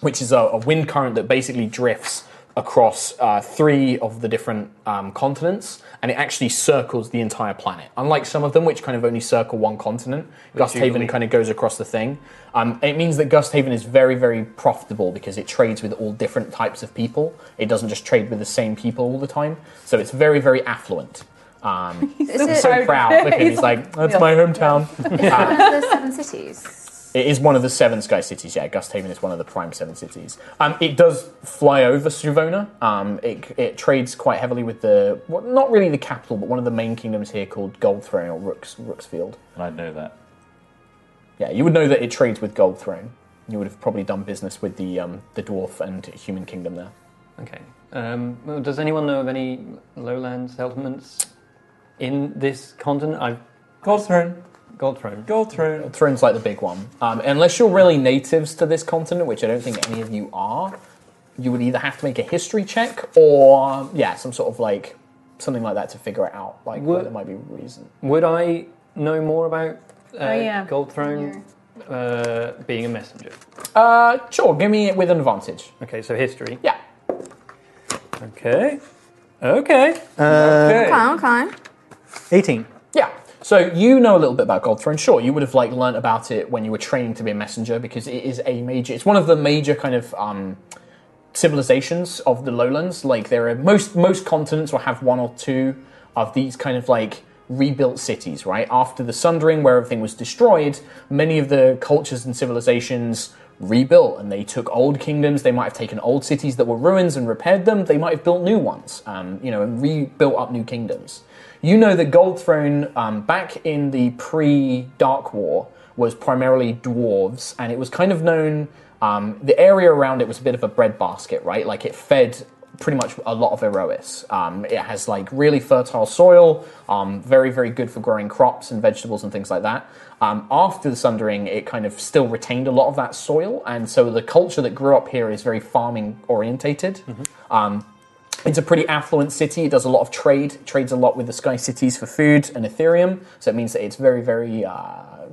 which is a, a wind current that basically drifts across uh, three of the different um, continents, and it actually circles the entire planet. Unlike some of them, which kind of only circle one continent, Gusthaven Jubilee. kind of goes across the thing. Um, it means that Gusthaven is very, very profitable because it trades with all different types of people. It doesn't just trade with the same people all the time, so it's very, very affluent. Um, Is it so proud. Look at him. He's like, that's my hometown. one of the seven cities? It is one of the seven sky cities. Yeah, Gusthaven is one of the prime seven cities. Um, it does fly over Suvona. Um, it, it trades quite heavily with the well, not really the capital, but one of the main kingdoms here called Goldthrone or Rooks Rooksfield. And I'd know that. Yeah, you would know that it trades with Goldthrone. You would have probably done business with the um, the dwarf and human kingdom there. Okay. Um, well, does anyone know of any lowland settlements in this continent? I've Gold throne. Gold Throne. Gold throne. Throne's like the big one. Um, unless you're really natives to this continent, which I don't think any of you are, you would either have to make a history check or yeah, some sort of like something like that to figure it out. Like where Would- there might be reason. Would I know more about uh, yeah. Gold Throne uh, being a messenger? Uh, sure, give me it with an advantage. Okay, so history. Yeah. Okay. Okay. Okay, okay. 18. Yeah. So you know a little bit about Gold Throne. Sure, you would have like learnt about it when you were trained to be a messenger because it is a major. It's one of the major kind of um, civilizations of the lowlands. Like there are most most continents will have one or two of these kind of like rebuilt cities. Right after the Sundering, where everything was destroyed, many of the cultures and civilizations rebuilt and they took old kingdoms they might have taken old cities that were ruins and repaired them they might have built new ones um, you know and rebuilt up new kingdoms you know that Gold Throne um, back in the pre Dark War was primarily dwarves, and it was kind of known. Um, the area around it was a bit of a breadbasket, right? Like it fed pretty much a lot of Erois. Um, it has like really fertile soil, um, very very good for growing crops and vegetables and things like that. Um, after the Sundering, it kind of still retained a lot of that soil, and so the culture that grew up here is very farming orientated. Um, it's a pretty affluent city. It does a lot of trade. It trades a lot with the Sky Cities for food and Ethereum. So it means that it's very, very, uh,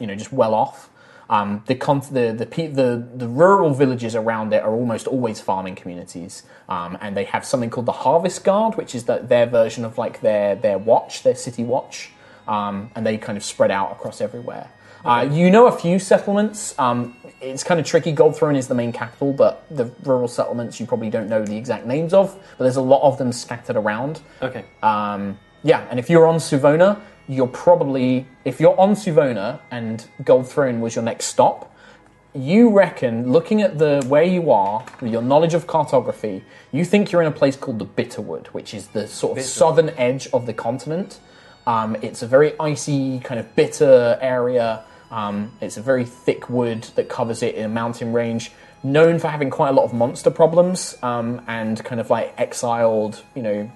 you know, just well off. Um, the, con- the, the, pe- the the rural villages around it are almost always farming communities, um, and they have something called the Harvest Guard, which is that their version of like their their watch, their city watch, um, and they kind of spread out across everywhere. Uh, you know a few settlements. Um, it's kind of tricky. Gold Throne is the main capital, but the rural settlements you probably don't know the exact names of, but there's a lot of them scattered around. Okay. Ah. Um, yeah, and if you're on Suvona, you're probably, if you're on Suvona and Gold Throne was your next stop, you reckon, looking at the where you are, with your knowledge of cartography, you think you're in a place called the Bitterwood, which is the sort of southern edge of the continent. Um, it's a very icy, kind of bitter area. Um, it's a very thick wood that covers it in a mountain range, known for having quite a lot of monster problems um, and kind of like exiled, you know,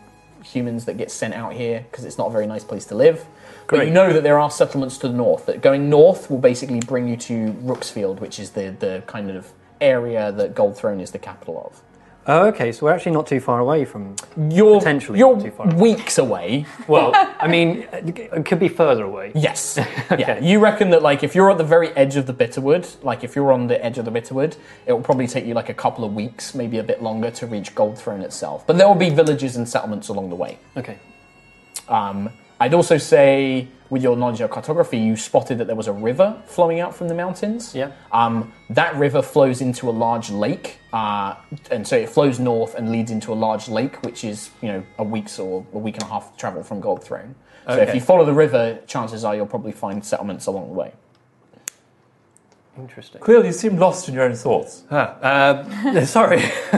humans that get sent out here because it's not a very nice place to live. But you know that there are settlements to the north. That going north will basically bring you to Rooksfield, which is the the kind of area that Gold Throne is the capital of. Oh, okay, so we're actually not too far away from. You're Potentially you're not too far away. weeks away. Well, I mean, it could be further away. Yes. Yeah. You reckon that like if you're at the very edge of the Bitterwood, like if you're on the edge of the Bitterwood, it will probably take you like a couple of weeks, maybe a bit longer, to reach Gold Throne itself. But there will be villages and settlements along the way. Okay. Um, I'd also say, with your knowledge of cartography, you spotted that there was a river flowing out from the mountains. Yeah. Ah, Um, that river flows into a large lake, uh, and so it flows north and leads into a large lake, which is you know a week's or a week and a half travel from Gold Throne. So if Okay. you follow the river, chances are you'll probably find settlements along the way. Interesting. Quill, you seem lost in your own thoughts. Ah, uh, sorry. uh,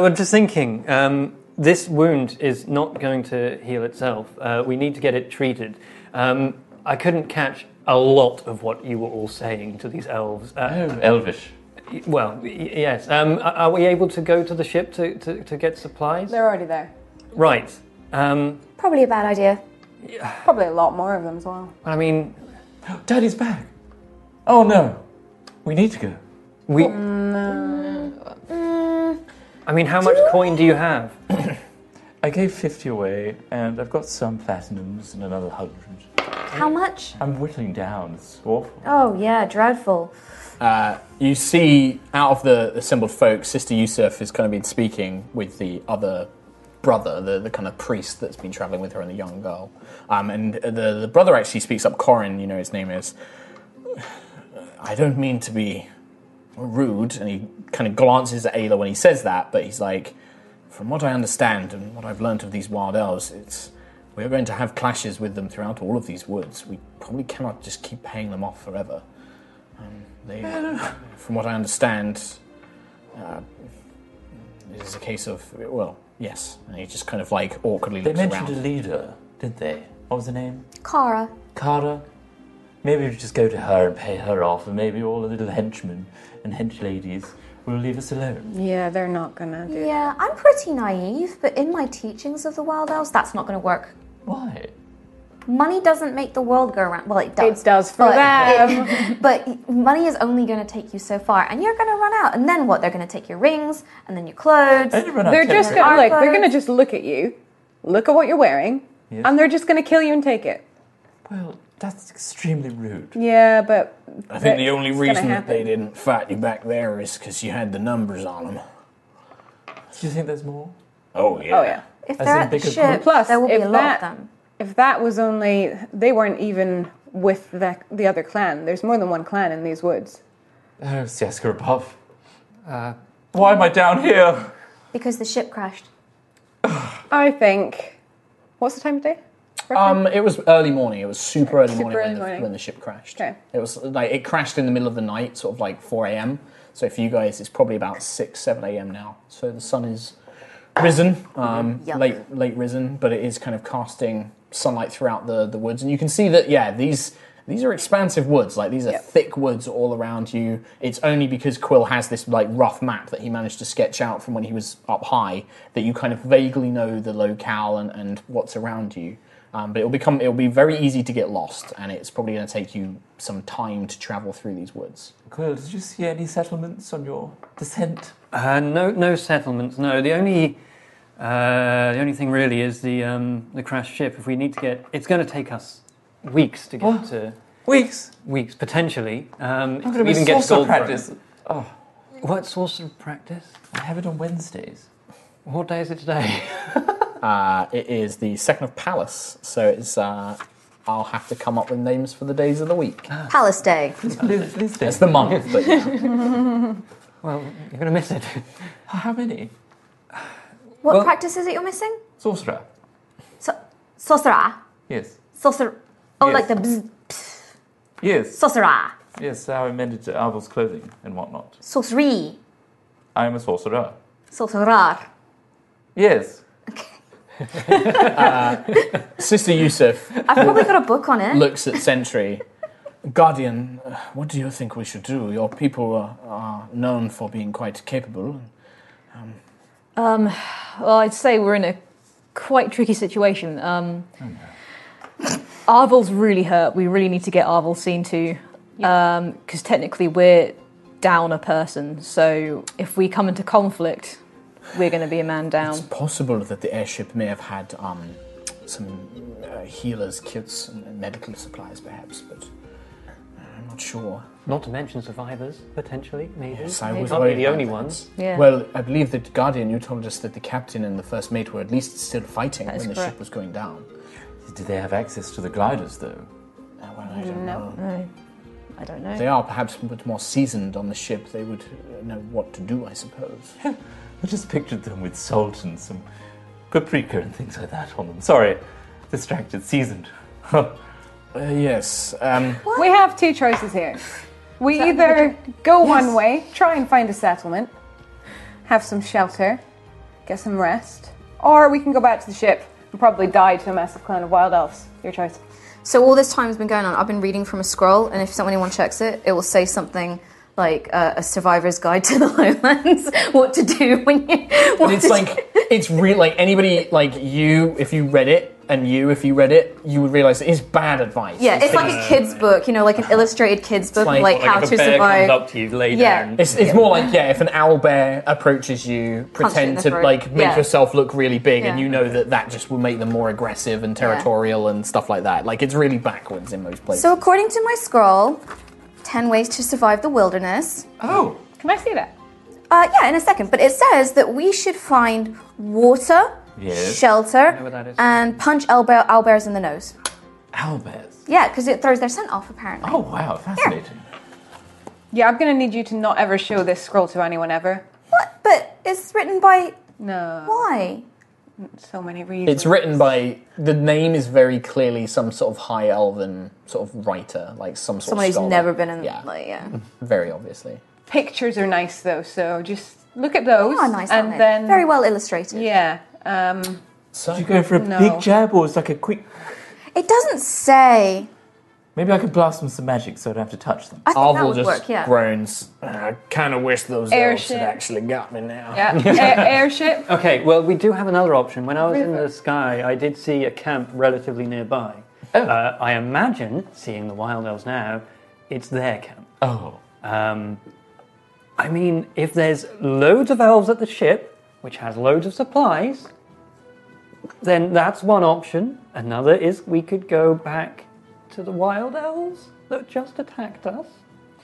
we're just thinking. Um, this wound is not going to heal itself. Uh, we need to get it treated. Um, I couldn't catch a lot of what you were all saying to these elves. Uh, Elvish. well, y- yes. Um, a- are we able to go to the ship to, to, to get supplies? They're already there. Right. Um, Probably a bad idea. Probably a lot more of them as well. I mean, Daddy's back. Oh no, we need to go. we. I mean, how much coin do you have? I gave fifty away, and I've got some platinums and another hundred. How much? I'm whittling down. It's awful. Oh yeah, dreadful. Uh, you see, out of the assembled folk, Sister Yusuf has kind of been speaking with the other brother, the, the kind of priest that's been traveling with her and the young girl. Um, and the, the brother actually speaks up, Corin, you know his name is. I don't mean to be rude, and he kind of glances at Ayla when he says that, but he's like, from what I understand and what I've learnt of these wild elves, it's we're going to have clashes with them throughout all of these woods. We probably cannot just keep paying them off forever. Um, They, from what I understand, uh, it is a case of well, yes. And he just kind of like awkwardly They looks mentioned a around. leader, didn't they? What was the name? Kara. Kara. Maybe we just go to her and pay her off, and maybe all the little henchmen and hench ladies will leave us alone. Yeah, they're not gonna do Yeah, I'm pretty naive, but in my teachings of the wild elves, that's not going to work. Why? Money doesn't make the world go around. Well, it does. It does for but them. it- but money is only going to take you so far, and you're going to run out. And then what? They're going to take your rings, and then your clothes. They run out They're of just temper. gonna like they're Artwork. gonna just look at you, look at what you're wearing, and they're just gonna kill you and take it. Well, that's extremely rude. Yeah, but I think the only it's reason gonna that they happen. didn't fight you back there is because you had the numbers on them. Do you think there's more? Oh yeah. oh yeah. If As they're in at the bigger ship, groups. Plus, there will be if a lot that- of them. If that was only they weren't even with the the other clan. There's more than one clan in these woods. Oh, it's Jessica above. Uh, Why am I down here? Because the ship crashed. I think. What's the time of day? Um, it was early morning. It was super early Super morning, when, early the, morning. when the ship crashed. Okay. It was like it crashed in the middle of the night, sort of like 4 a.m. So for you guys, it's probably about 6, 7 a.m. now. So the sun is risen, um, Yup. late, late risen, but it is kind of casting sunlight throughout the, the woods, and you can see that. Yeah, these these are expansive woods. Like these are thick woods all around you. It's only because Quill has this like rough map that he managed to sketch out from when he was up high that you kind of vaguely know the locale and, and what's around you. Um, but it'll become it'll be very easy to get lost, and it's probably going to take you some time to travel through these woods. Quill, did you see any settlements on your descent? Uh, no, no settlements. No, the only, uh, the only thing really is the um, the crashed ship. If we need to get, it's going to take us weeks to get to Weeks. weeks potentially. Um, I'm if going we to be even get to sorcerer Goldborough. practice. What sorcerer practice? I have it on Wednesdays. What day is it today? Uh, it is the second of Palace, so it's. Uh, I'll have to come up with names for the days of the week. Palace Day. Liz, Liz It's the month, but yeah. well, you're going to miss it. How many? What Well- practice is it you're missing? Sorcerer. So, sorcerer. Yes. Sorcerer. Oh, Yes. like the bzz, pss, Yes. sorcerer. Yes, how I mended Arvel's clothing and whatnot. Sorcery. I am a sorcerer. Sorcerer. Yes. Sister Yusuf I've probably got a book on it. looks at Sentry. Guardian, uh, what do you think we should do? Your people are, are known for being quite capable. Well, I'd say we're in a quite tricky situation. Um, Arvel's really hurt. We really need to get Arvel seen to, because technically we're down a person. So if we come into conflict, we're going to be a man down. It's possible that the airship may have had um, some uh, healers' kits and medical supplies, perhaps, but uh, I'm not sure. Not to mention survivors potentially, maybe. Yes, I was Can't be worried the about only that. ones. Yeah. Well, I believe that Guardian, you told us that the captain and the first mate were at least still fighting That is when the correct. ship was going down. Did they have access to the gliders, though? Uh, well, I don't know. No, I don't know. They are perhaps a bit more seasoned on the ship. They would uh, know what to do, I suppose. I just pictured them with salt and some paprika and things like that on them. Sorry, distracted, seasoned. Uh, yes. Um, We have two choices here. We either go one way, try and find a settlement, have some shelter, get some rest, or we can go back to the ship and probably die to a massive clan of wild elves. Your choice. So all this time has been going on. I've been reading from a scroll, and if someone wants checks it, it will say something like uh, a, a survivor's guide to the lowlands what to do when you what But it's to like it's real. Like anybody, like you, if you read it, and you, if you read it, you would realize it is bad advice. Yeah, it's things- like a kid's book, you know, like an illustrated kid's book, like- like, like how if to a bear survive. comes up to you, lay Yeah. down. It's, it's more like yeah, if an owl bear approaches you, Punch it in pretend the to throat. like make Yeah. yourself look really big, and Yeah. you know that that just will make them more aggressive and territorial and stuff like that. Like it's really backwards in most places. So, according to my scroll, 10 ways to survive the wilderness. Oh, Can I see that? Uh, yeah, in a second, but it says that we should find water, Yes. shelter, what that is. and punch owlbear, owlbears in the nose. owlbears. Yeah, because it throws their scent off, apparently. Oh wow, fascinating. Yeah, I'm gonna need you to not ever show this scroll to anyone ever. What? But it's written by. No. Why? So many reasons. It's written by the name is very clearly some sort of high elven sort of writer, like some sort Someone of who's scholar. never been in. yeah, Like, yeah. very obviously. Pictures are nice though, so just look at those. They are nice, and aren't they? then Very well illustrated. Yeah. Um, So Did you go for a No. big jab or it's like a quick? It doesn't say. Maybe I could blast them some magic so I don't have to touch them. I think that Arvel would just work, yeah. groans. I kind of wish those elves Airship. had actually got me now. yeah. Air- airship. Okay, well, we do have another option. When I was in the sky, I did see a camp relatively nearby. Oh. Uh, I imagine, seeing the wild elves now, it's their camp. Oh, Um, I mean, if there's loads of elves at the ship, which has loads of supplies, then that's one option. Another is we could go back to the wild elves that just attacked us.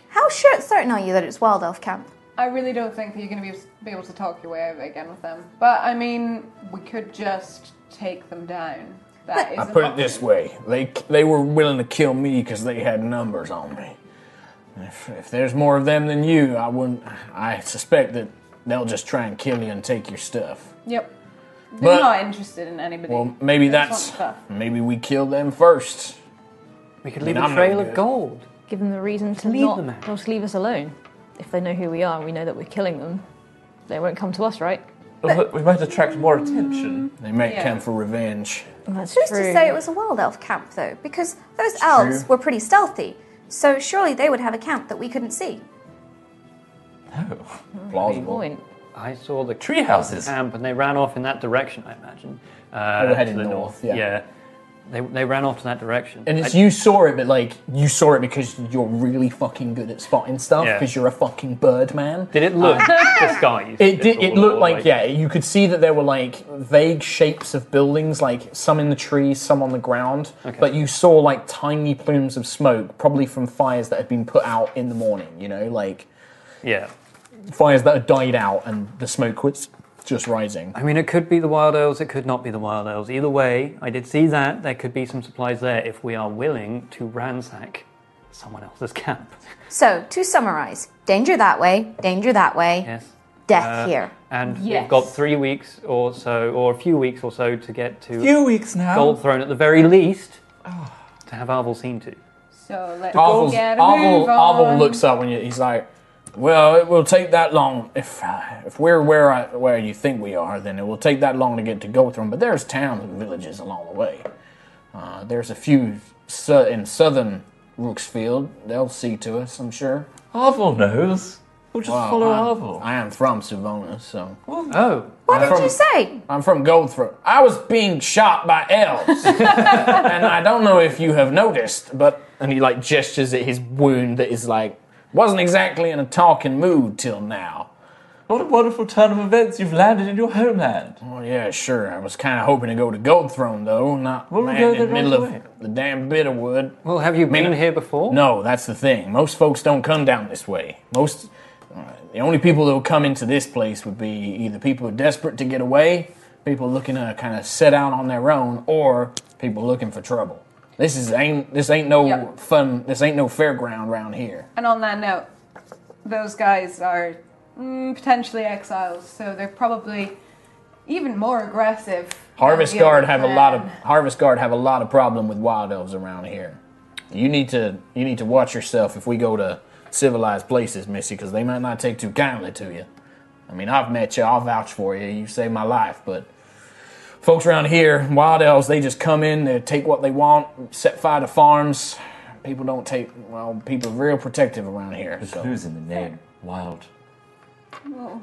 How sure certain are you that it's wild elf camp? I really don't think that you're going to be, able to- be able to talk your way over again with them. But I mean, we could just take them down. That is. I an put it option. this way: they they were willing to kill me because they had numbers on me. If, if there's more of them than you, I wouldn't. I suspect that they'll just try and kill you and take your stuff. Yep. They're But- not interested in anybody. Well, maybe They that's just want stuff. maybe we kill them first. We could mean, leave I'm a no trail of good. gold. Give them the reason to Leave not them out. just leave us alone. If they know who we are, we know that we're killing them. They won't come to us, right? Well, we might attract more attention. They may Yeah. come for revenge. That's Who's to say it was a wild elf camp, though? Because those elves true. were pretty stealthy, so surely they would have a camp that we couldn't see. No, Plausible. point. I saw the tree houses. camp and Um, they ran off in that direction, I imagine. Uh, They were heading to the north, yeah. They, they ran off to that direction. And it's I- you saw it, but like you saw it because you're really fucking good at spotting stuff Yeah. because you're a fucking bird man. Did it look disguised? It did. at It all, looked or, like yeah. You could see that there were like vague shapes of buildings, like some in the trees, some on the ground. But you saw like tiny plumes of smoke, probably from fires that had been put out in the morning. You know, like Yeah. fires that had died out, and the smoke was just rising. I mean, it could be the Wild Elves, it could not be the Wild Elves. Either way, I did see that. There could be some supplies there if we are willing to ransack someone else's camp. So, to summarize, danger that way, danger that way, Yes. death Uh, here. And Yes. we've got three weeks or so, or a few weeks or so, to get to Few weeks now. Gold Throne at the very least Ah. to have Arvel seen to. So let's Arvel's, get a Arvel, move on. Arvel looks up when you, he's like, "Well, it will take that long if uh, if we're where I, where you think we are, then it will take that long to get to Gotham. But there's towns and villages along the way. Uh, there's a few su- in southern Rooksfield. They'll see to us, I'm sure. Arvel knows. We'll just Well, follow I'm- Arvel. I am from Savona, so Oh, What did from- you say? I'm from Goldthroat. I was being shot by elves, and I don't know if you have noticed, but and he like gestures at his wound that is like wasn't exactly in a talking mood till now. What a wonderful turn of events! You've landed in your homeland. Well, yeah, sure. I was kind of hoping to go to Gold Throne though, not Well, we'll land go in the there right middle away. of the damn bit of wood. well, have you mean, been here before? No, that's the thing. Most folks don't come down this way. Most, uh, the only people that would come into this place would be either people desperate to get away, people looking to kind of set out on their own, or people looking for trouble. This is ain't this ain't no Yep. fun. This ain't no fairground round here. And on that note, those guys are mm, potentially exiles, so they're probably even more aggressive. than Harvest the other Guard have a lot of clan. Harvest Guard have a lot of problem with wild elves around here. You need to you need to watch yourself if we go to civilized places, Missy, because they might not take too kindly to you. I mean, I've met you, I'll vouch for you. You saved my life, but folks around here, wild elves, they just come in, they take what they want, set fire to farms, people don't take. Well, people are real protective around here. There's So. clues in the name. Wild. Well,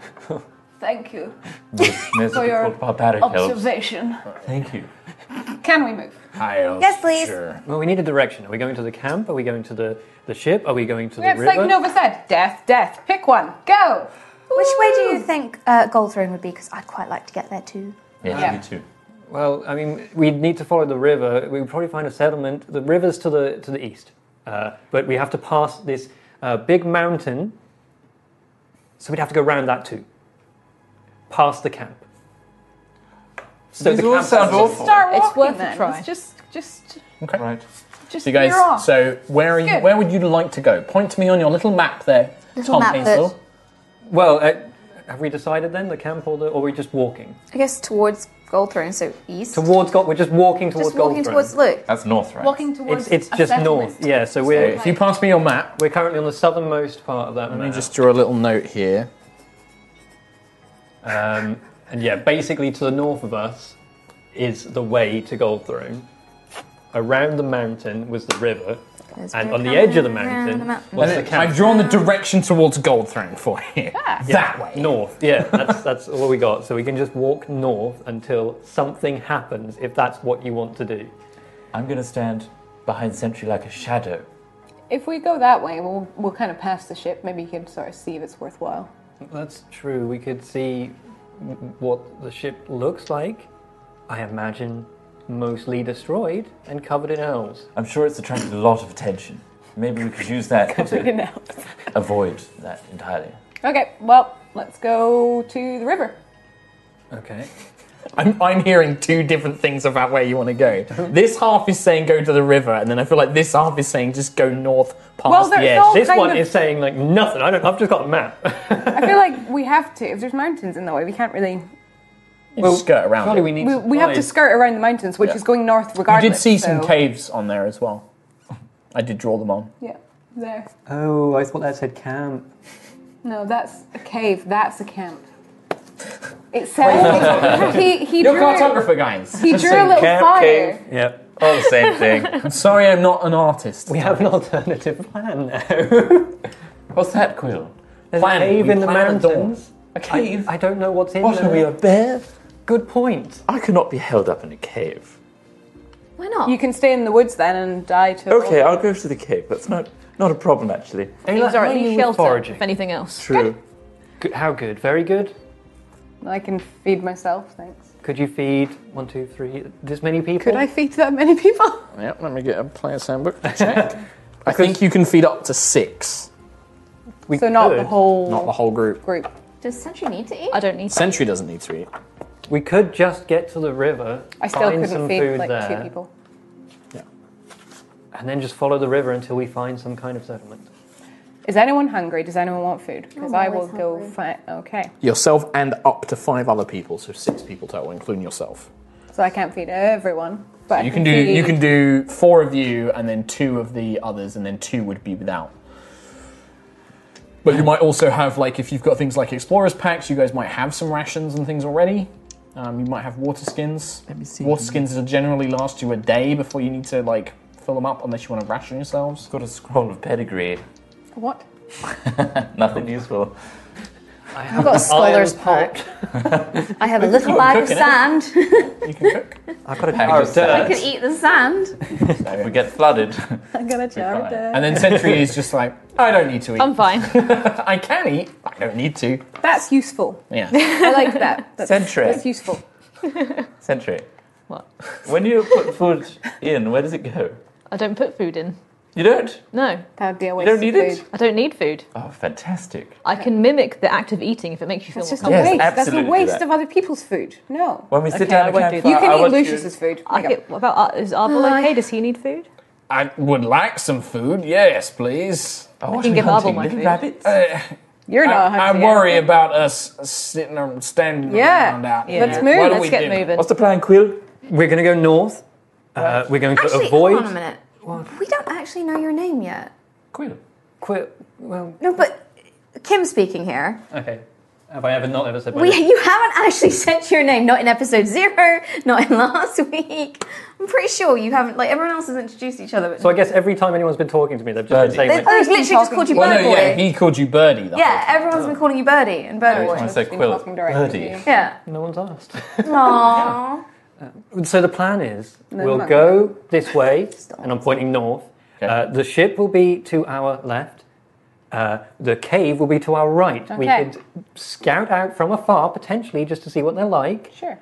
thank you for your Miserable barbaric elves. observation. Thank you. Can we move? High elves, Yes, please. Sure. Well, we need a direction. Are we going to the camp? Are we going to the, the ship? Are we going to the It's river? like Nova said, death, death. Pick one. Go. Which way do you think uh, Goldthrone would be? Because I'd quite like to get there too. Yeah, Yeah. me too. Well, I mean, we'd need to follow the river. We would probably find a settlement. The river's to the to the east, uh, but we have to pass this uh, big mountain. So we'd have to go round that too. Past the camp. So These all sound Just awful. start walking It's worth a then. try. Let's just, just, Okay. Right. just. So you guys, veer off. so where are you? Good. Where would you like to go? Point to me on your little map there, Little Tom map that- Hazel. Well, uh, have we decided then the camp or the, or are we just walking I guess towards Goldthrone, so east. towards God? We're just walking towards Just walking Goldthrone. towards. Look, That's north, right? walking towards. It's it's a just settlement. north. Yeah. So we're If you pass me your map, we're currently on the southernmost part of that let me map. just draw a little note here. Um, and yeah, basically to the north of us is the way to Gold Throne. Around the mountain was the river, There's and no on the edge of the coming around mountain the mountain. was the And I've camp. drawn the direction towards Goldthrone for you. That way. North, yeah, that's that's all we got. So we can just walk north until something happens, if that's what you want to do. I'm gonna stand behind Sentry like a shadow. If we go that way, we'll we'll kind of pass the ship. Maybe you can sort of see if it's worthwhile. That's true. We could see what the ship looks like. I imagine mostly destroyed and covered in elves. I'm sure it's attracted a lot of attention. Maybe we could use that to avoid that entirely. Okay, well, let's go to the river. Okay. I'm, I'm hearing two different things about where you want to go. This half is saying go to the river, and then I feel like this half is saying just go north past Well, the there's edge. all This kind one of- is saying like nothing. I don't. I've just got a map. I feel like we have to. If there's mountains in the way, we can't really. You just skirt around. Surely it. we need. We, we have to supplies. skirt around the mountains, which is going north You regardless. did see some so- caves on there as well. I did draw them on. Yeah, there. Oh, I thought that said camp. No, that's a cave. That's a camp. It says he he You're drew, cartographer, guys. he drew a little camp, fire. cave. Yep. All Oh, the same thing. I'm sorry, I'm not an artist. We have an alternative plan now. What's that quill? There's Plan. a cave We in the plan a door. mountains. A cave. I don't know what's in what there. are we, a bear? Good point. I cannot be held up in a cave. Why not? You can stay in the woods then and die to. Okay, I'll go to the cave. That's not not a problem actually. Things are at least shelter, foraging. if anything else. True. Good- How good? Very good. I can feed myself. Thanks. Could you feed one, two, three, this many people? Could I feed that many people? Yeah, let me get a player's handbook to check. I think you can feed up to six, We so not the could. whole not the whole group. group. Does Sentry need to eat? I don't need to. Sentry doesn't need to eat. We could just get to the river. I still find couldn't some feed food like there, two people. and then just follow the river until we find some kind of settlement. Is anyone hungry? Does anyone want food? Because I'm I will always go hungry. find. Okay, Yourself and up to five other people, so six people total, including yourself. so I can't feed everyone, but I You can do you feed- can do four of you, and then two of the others, and then two would be without. But you might also have like if you've got things like explorers packs, you guys might have some rations and things already. Um, you might have water skins. Let me see. Water skins will generally last you a day before you need to like fill them up, unless you want to ration yourselves. Got a scroll of pedigree. What? Nothing useful. I've got a scholar's Iron pack. I have a little bag of cooking it. sand. You can cook. I've got a Pack jar of of dirt. sand. I could eat the sand. If we get flooded. I'm gonna jar fine. it. and then Sentry is just like, I don't need to eat. I'm fine. I can eat. I don't need to. That's useful. Yeah. I like that. That's, Centric. That's useful. Sentry. What? When you put food in, where does it go? I don't put food in. You don't? No, That would be a waste. You don't of need food. it? I don't need food. Oh, fantastic. I can mimic the act of eating if it makes you feel It's just more a Yes, waste. That's a absolutely do waste that. of other people's food. No. When we sit Okay, down I at won't campfire, do that. You I can eat want Lucius's food. There you Okay, go. what about Ar- is Arbol No, I- okay? Does he need food? I would like some food. Yes, please. Oh, what can are we give Bubble hunting? my Little food. rabbits? You're not I, I hungry. worry are you? about us standing or standing Yeah. around out Yeah. Let's here. move. What do Let's we get do? moving. What's the plan, Quill? We're going to go north. Uh, we're going to Actually, avoid. hold on a minute. We don't actually know your name yet. Quill. Quit. Well, No, but Kim speaking here. okay. Have I ever not ever said my We, name? you haven't actually sent your name, not in episode zero, not in last week. I'm pretty sure you haven't. Like everyone else has introduced each other. But So I guess every time anyone's been talking to me, they've just been Birdie. saying They- like, oh, he's literally just called you Well, Bird no, Boy. yeah, he called you Birdie. That Yeah, everyone's Oh. been calling you Birdie and Bird I Boy. just said Been Quill. talking directly to Birdie. you. Yeah. no one's asked. Aww. so the plan is we'll no. go this way, and I'm pointing north. Okay. Uh, the ship will be to our left. Uh, the cave will be to our right. We Okay. could scout out from afar, potentially, just to see what they're like. Sure.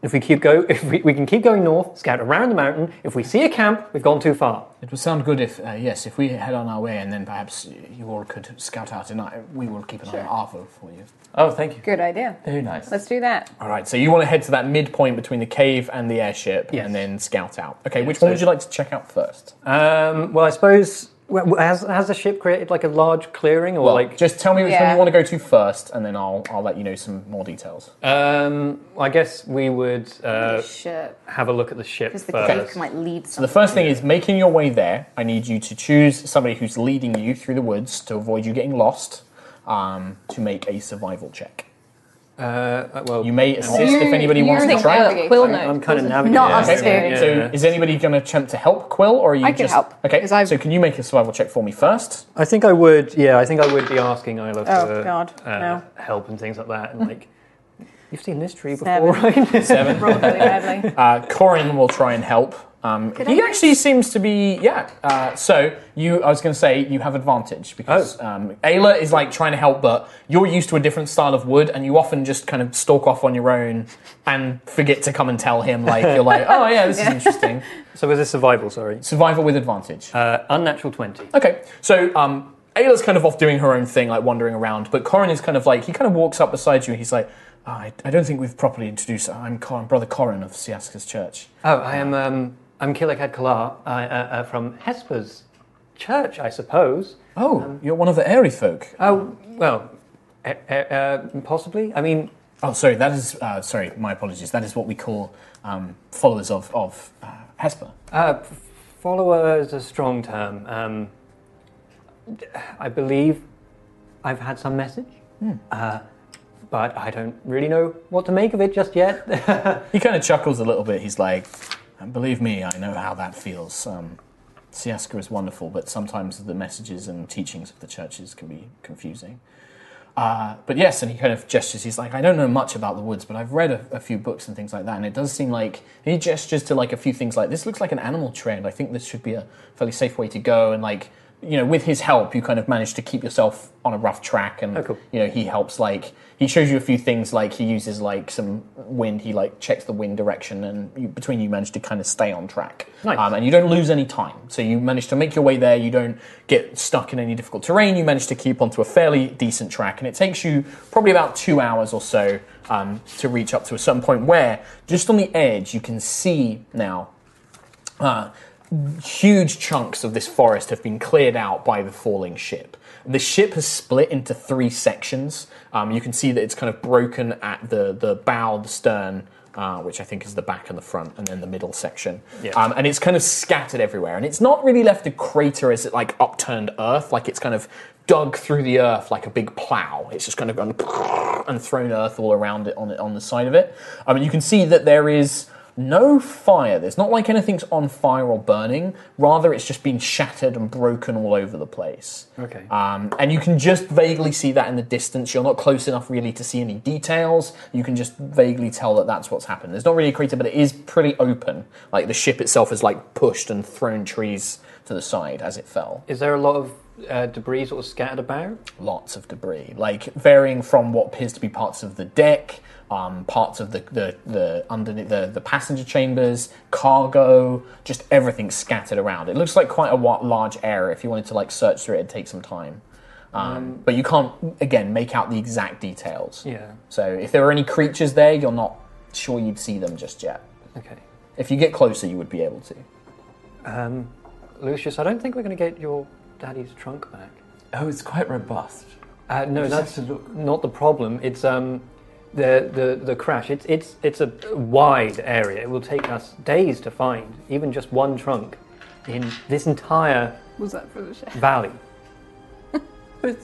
If we keep go, if we, we can keep going north, scout around the mountain. If we see a camp, we've gone too far. It would sound good if, uh, yes, if we head on our way and then perhaps you all could scout out and I, we will keep an eye on Arvo for you. Oh, thank you. Good idea. Very nice. Let's do that. All right, so you want to head to that midpoint between the cave and the airship Yes. and then scout out. Okay, which one would you like to check out first? Um, well, I suppose well, well, has has the ship created like a large clearing or Well, like? just tell me which one Yeah. you want to go to first and then I'll, I'll let you know some more details. Um, I guess we would uh, Shit. have a look at the ship Because the first. cave might lead The something. first thing is making your way there. I need you to choose somebody who's leading you through the woods to avoid you getting lost. Um, to make a survival check, Uh, well, you may assist if You're- anybody wants you're to the try. navigator. Quill Sorry. knows. I'm kind of navigating. Not yeah, us two. Okay, so is anybody going to attempt to help Quill, or are you I can just help, okay? 'cause I've- So can you make a survival check for me first? I think I would. Yeah, I think I would be asking Isla Oh, for God, uh, no. help and things like that. And like, you've seen this tree Seven. before, right? Seven. Roll really badly. Uh, Corin will try and help. Um, he I- actually seems to be yeah. Uh, so you, I was going to say you have advantage because um, Ayla is like trying to help, but you're used to a different style of wood, and you often just kind of stalk off on your own and forget to come and tell him. Like you're like, oh yeah, this is interesting. so was this survival? Sorry, Survival with advantage. uh, unnatural twenty. Okay, so um, Ayla's kind of off doing her own thing, like wandering around, but Corin is kind of like, he kind of walks up beside you and he's like, "Ah, I, I don't think we've properly introduced, I'm Corin, Brother Corin of Siaska's Church. Oh, I am. Um, I'm Kilakad Kalar I, uh, uh, from Hesper's church, I suppose. Oh, you're one of the airy folk. Oh, well, uh, uh, uh, possibly. I mean, Oh, sorry, that is, uh, sorry, my apologies. That is what we call um, followers of, of uh, Hesper. uh, f- follower is a strong term. Um, I believe I've had some message, Hmm. uh, but I don't really know what to make of it just yet. He kind of chuckles a little bit. He's like, believe me, I know how that feels. Um, Siaska is wonderful, but sometimes the messages and teachings of the churches can be confusing. Uh, but yes, and he kind of gestures. He's like, I don't know much about the woods, but I've read a, a few books and things like that, and it does seem like he gestures to like a few things like this looks like an animal trail. I think this should be a fairly safe way to go, and like you know, with his help, you kind of manage to keep yourself on a rough track, and Oh, cool. you know, he helps like he shows you a few things like he uses like some wind. He like checks the wind direction, and you, between you manage to kind of stay on track. Nice. Um, and you don't lose any time. So you manage to make your way there. You don't get stuck in any difficult terrain. You manage to keep onto a fairly decent track, and it takes you probably about two hours or so um, to reach up to a certain point where, just on the edge, you can see now. Uh, huge chunks of this forest have been cleared out by the falling ship. The ship has split into three sections. Um, you can see that it's kind of broken at the, the bow, the stern, uh, which I think is the back and the front, and then the middle section. Um, and it's kind of scattered everywhere. And it's not really left a crater as it like upturned earth, like it's kind of dug through the earth like a big plow. It's just kind of gone and thrown earth all around it on, it, on the side of it. Um, and you can see that there is no fire. There's not like anything's on fire or burning. Rather, it's just been shattered and broken all over the place. Okay. Um, and you can just vaguely see that in the distance. You're not close enough really to see any details. You can just vaguely tell that that's what's happened. There's not really a crater, but it is pretty open. Like the ship itself is like pushed and thrown trees to the side as it fell. Is there a lot of uh, debris sort of scattered about? Lots of debris, like varying from what appears to be parts of the deck. Um, parts of the the, the underneath the, the passenger chambers, cargo, just everything scattered around. It looks like quite a wa- large area. If you wanted to like search through it, it'd take some time. Um, but you can't again make out the exact details. Yeah. So if there are any creatures there, you're not sure you'd see them just yet. Okay. If you get closer, you would be able to. Um, Lucius, I don't think we're going to get your daddy's trunk back. Oh, it's quite robust. Uh, no, Just that's have to look. not the problem. It's um, the, the the crash. It's it's it's a wide area. It will take us days to find even just one trunk in this entire Was that for the chef? valley. But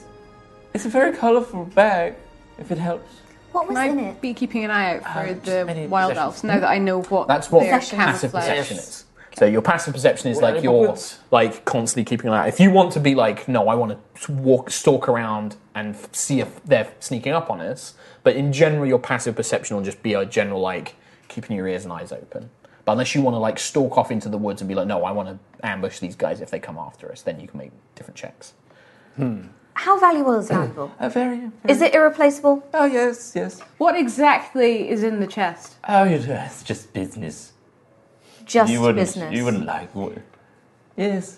it's a very colourful bag. if it helps. What was Can I in it? be keeping an eye out Oh, for just many the wild possessions. elves now that I know what That's what their passive camouflage- perception is. So your passive perception is Well, like it you're works. like constantly keeping an eye. If you want to be like, no, I want to walk, stalk around and f- see if they're sneaking up on us. But in general, your passive perception will just be a general like keeping your ears and eyes open. But unless you want to like stalk off into the woods and be like, no, I want to ambush these guys if they come after us, then you can make different checks. How valuable is valuable? Uh, very. is it irreplaceable? Oh yes, yes. What exactly is in the chest? Oh, you do- it's just business. Just you wouldn't. business. You wouldn't like. Would. Yes.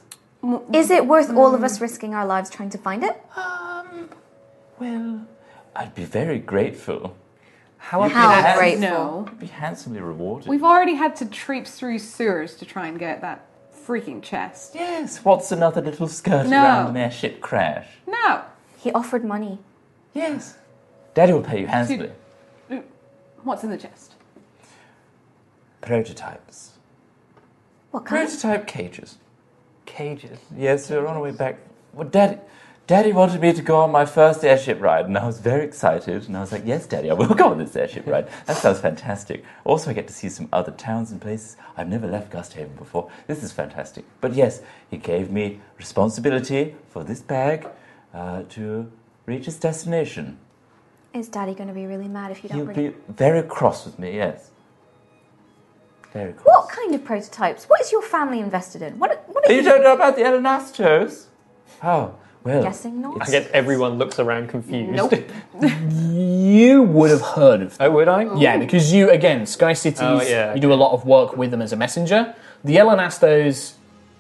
Is it worth all of us risking our lives trying to find it? Um. Well, I'd be very grateful. How up, How that's- grateful. Oh, No. I'd be handsomely rewarded. We've already had to treep through sewers to try and get that freaking chest. yes. What's another little skirt No. around an airship crash? No. He offered money. Yes. Daddy will pay you handsomely. What's in the chest? Prototypes. What kind? Prototype cages. cages. Yes, we were on our way back. Well, Daddy, Daddy wanted me to go on my first airship ride, and I was very excited. And I was like, "Yes, Daddy, I will go on this airship ride. That sounds fantastic." Also, I get to see some other towns and places I've never left Gusthaven before. This is fantastic. But yes, he gave me responsibility for this bag uh, to reach its destination. Is Daddy going to be really mad if you don't He'll bring be very cross with me. Yes, very cross. What kind of prototypes? What is your family invested in? What? What are You you? don't know about the Elenastos? Oh well. Guessing not. it's- I guess everyone looks around confused. You would have heard of oh, would I? Yeah, because you again, Sky Cities, Oh, yeah, you do a lot of work with them as a messenger. The Elenastos,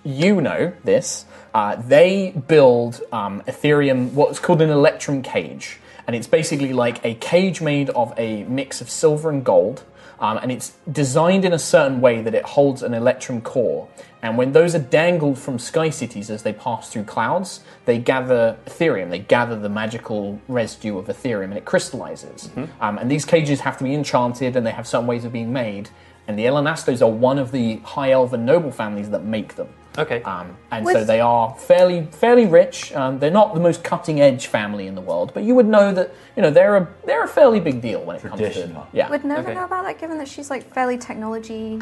you know this. Uh, they build um, Ethereum, what's called an Electrum cage, and it's basically like a cage made of a mix of silver and gold. Um, and it's designed in a certain way that it holds an Electrum core. And when those are dangled from Sky Cities as they pass through clouds, they gather Ethereum. They gather the magical residue of Ethereum and it crystallizes. Um, and these cages have to be enchanted and they have certain ways of being made. And the Elenastos are one of the high elven noble families that make them. Okay. Um, and so With- they are fairly fairly rich. Um, they're not the most cutting edge family in the world, but you would know that you know they're a they're a fairly big deal when it comes to Traditional. yeah. Would Nova Okay. know about that? Given that she's like fairly technology.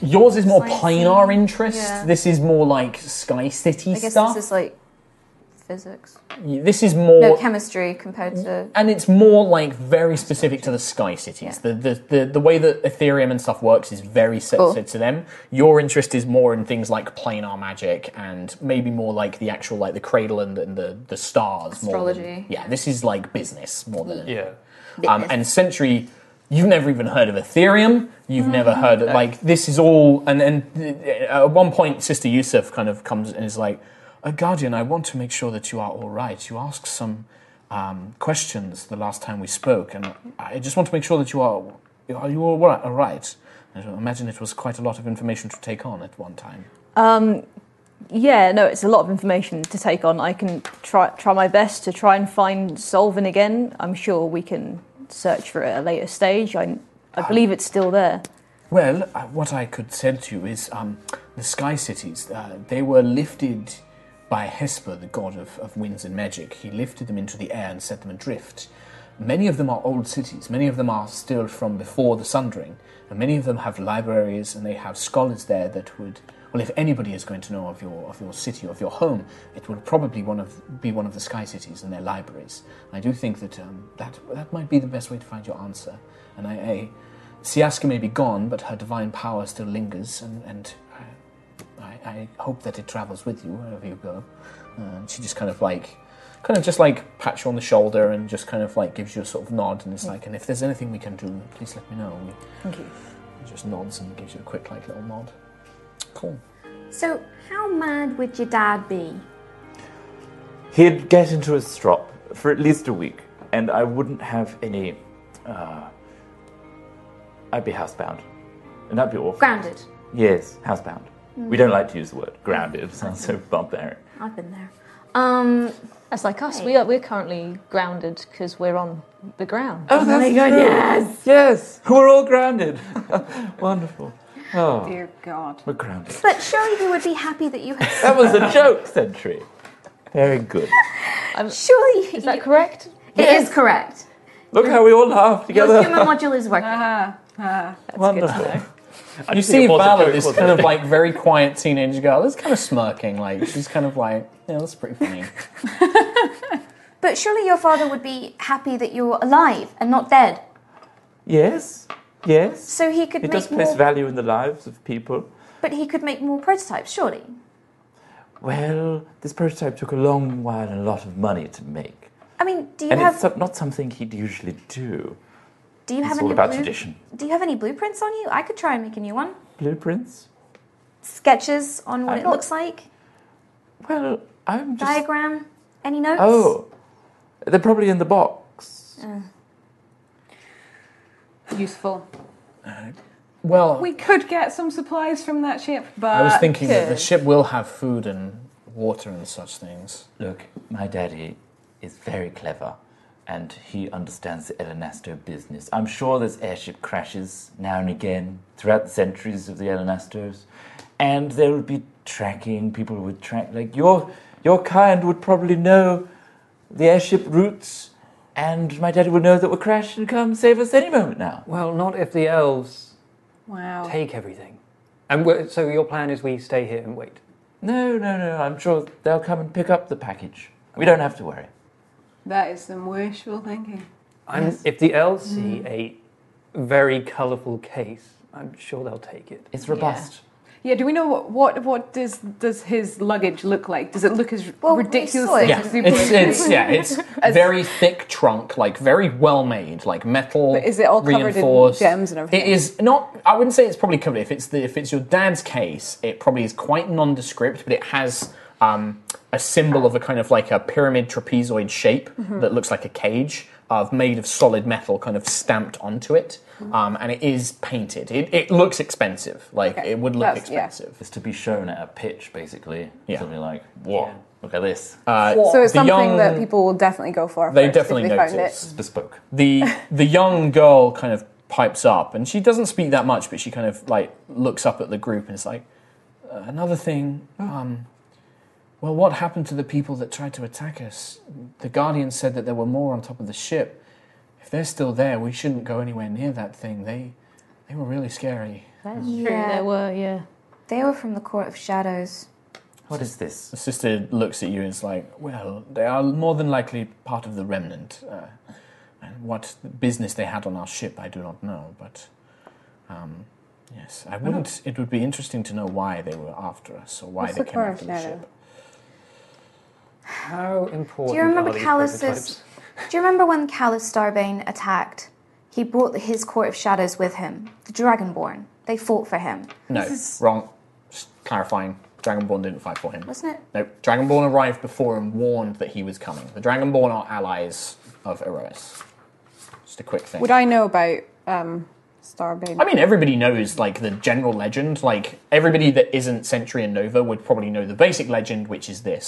Yours is more Science planar and- interest. yeah. This is more like Sky City I guess stuff. this is like physics. Y- this is more No chemistry compared to. and it's more like very specific to the sky cities. Yeah. The, the, the the way that Ethereum and stuff works is very sensitive to them. Your interest is more in things like planar magic and maybe more like the actual like the cradle and, and the the stars. More than, Astrology. yeah, this is like business more than yeah. um, and Century, you've never even heard of Ethereum. You've never heard of, like this is all. And and uh, at one point, Sister Yusuf kind of comes and is like, "Uh, "Guardian, I want to make sure that you are all right. You asked some um, questions the last time we spoke, and I just want to make sure that you are are you all right?" All right? I imagine it was quite a lot of information to take on at one time. Um, yeah, no, it's a lot of information to take on. I can try try my best to try and find Solvin again. I'm sure we can search for it at a later stage. I I believe it's still there. Well, uh, what I could send to you is um, the Sky Cities. Uh, they were lifted by Hesper, the god of, of winds and magic. He lifted them into the air and set them adrift. Many of them are old cities. Many of them are still from before the Sundering. And many of them have libraries and they have scholars there that would. Well, if anybody is going to know of your of your city, of your home, it would probably one of be one of the Sky Cities and their libraries. I do think that um, that that might be the best way to find your answer. And I, I Siaska may be gone, but her divine power still lingers, and, and I, I, I hope that it travels with you wherever you go. Uh, and she just kind of like, kind of just like pats you on the shoulder and just kind of like gives you a sort of nod, and it's like, and if there's anything we can do, please let me know. We, Thank you. just nods and gives you a quick like little nod. Cool. So, how mad would your dad be? he'd get into a strop for at least a week, and I wouldn't have any. Uh, I'd be housebound, and that'd be awful. Grounded. Yes, housebound. We don't like to use the word grounded. It sounds so barbaric. I've been there. Um, That's like us. We are we're currently grounded because we're on the ground. Oh, that's good. Yes, yes, we're all grounded. Wonderful. Oh, Dear God. we're grounded. but surely you would be happy that you had. That was a joke, Sentry. Very good. surely Oh, Is that correct? It is correct. Look how we all laugh Your together. humor module is Uh-huh. working. Ah, ah. Wonderful. You see Valor, this kind of like very quiet teenage girl, that's kind of smirking. Like she's kind of like, yeah, that's pretty funny. But surely your father would be happy that you're alive and not dead, Yes, yes. so he could It does make place more. value in the lives of people. but he could make more prototypes, surely. Well, this prototype took a long while and a lot of money to make. I mean, do you And have it's so- not something he'd usually do. do you have It's any all about blue- tradition. Do you have any blueprints on you? I could try and make a new one. Blueprints? Sketches on what I it don't- looks like, Well, I'm just. diagram, any notes? Oh, they're probably in the box. Useful. Well, We could get some supplies from that ship, but I was thinking that the Good. ship will have food and water and such things. Look, my daddy is very clever and he understands the Elenasto business. I'm sure there's airship crashes now and again throughout the centuries of the Elenastos, and there would be tracking, people would track like your your kind would probably know the airship routes and my daddy would know that we're crashed and come save us any moment now. Well, not if the elves wow. take everything. And we so your plan is we stay here and wait. No, no, no, I'm sure they'll come and pick up the package. We don't have to worry. That is some wishful thinking. I'm, If the elves see a very colourful case, I'm sure they'll take it. It's robust. Yeah, do we know what what, what does does his luggage look like? Does it look as Well, we saw ridiculously it. Yeah, It's it's, it's yeah, it's very thick trunk, like very well made, like metal. But is it all covered in reinforced. gems and everything? It is not. I wouldn't say it's probably covered. If it's the, if it's your dad's case, it probably is quite nondescript, but it has um, a symbol of a kind of like a pyramid trapezoid shape Mm-hmm. that looks like a cage of made of solid metal, kind of stamped onto it, Mm-hmm. um, and it is painted. It, it looks expensive. Like Okay, it would look that's- yeah. expensive. It's to be shown at a pitch, basically. Yeah. Uh, Something like, whoa, look at this. So it's The something young- that people will definitely go for. They first if definitely they found notice. it. It's bespoke. the the young girl kind of pipes up and she doesn't speak that much but she kind of like looks up at the group and is like "Uh, another thing Oh. um well what happened to the people that tried to attack us the guardian said that there were more on top of the ship if they're still there we shouldn't go anywhere near that thing they they were really scary That's Yeah. true. There were, yeah. They were from the Court of Shadows. What is this? the sister looks at you and is like well they are more than likely part of the remnant uh, and what business they had on our ship i do not know but um, yes Oh. i wouldn't it would be interesting to know why they were after us or why What's they the came current after the shadow? ship How important Do you remember are these Callus's? prototypes? Do you remember when Callus Starbane attacked? He brought his Court of Shadows with him, the Dragonborn. They fought for him, no wrong Just clarifying dragonborn didn't fight for him wasn't it? no dragonborn arrived before and warned that he was coming the dragonborn are allies of eros just a quick thing Would I know about um, Starbane? I mean, everybody knows like the general legend. Like everybody that isn't Century and Nova would probably know the basic legend, which is this: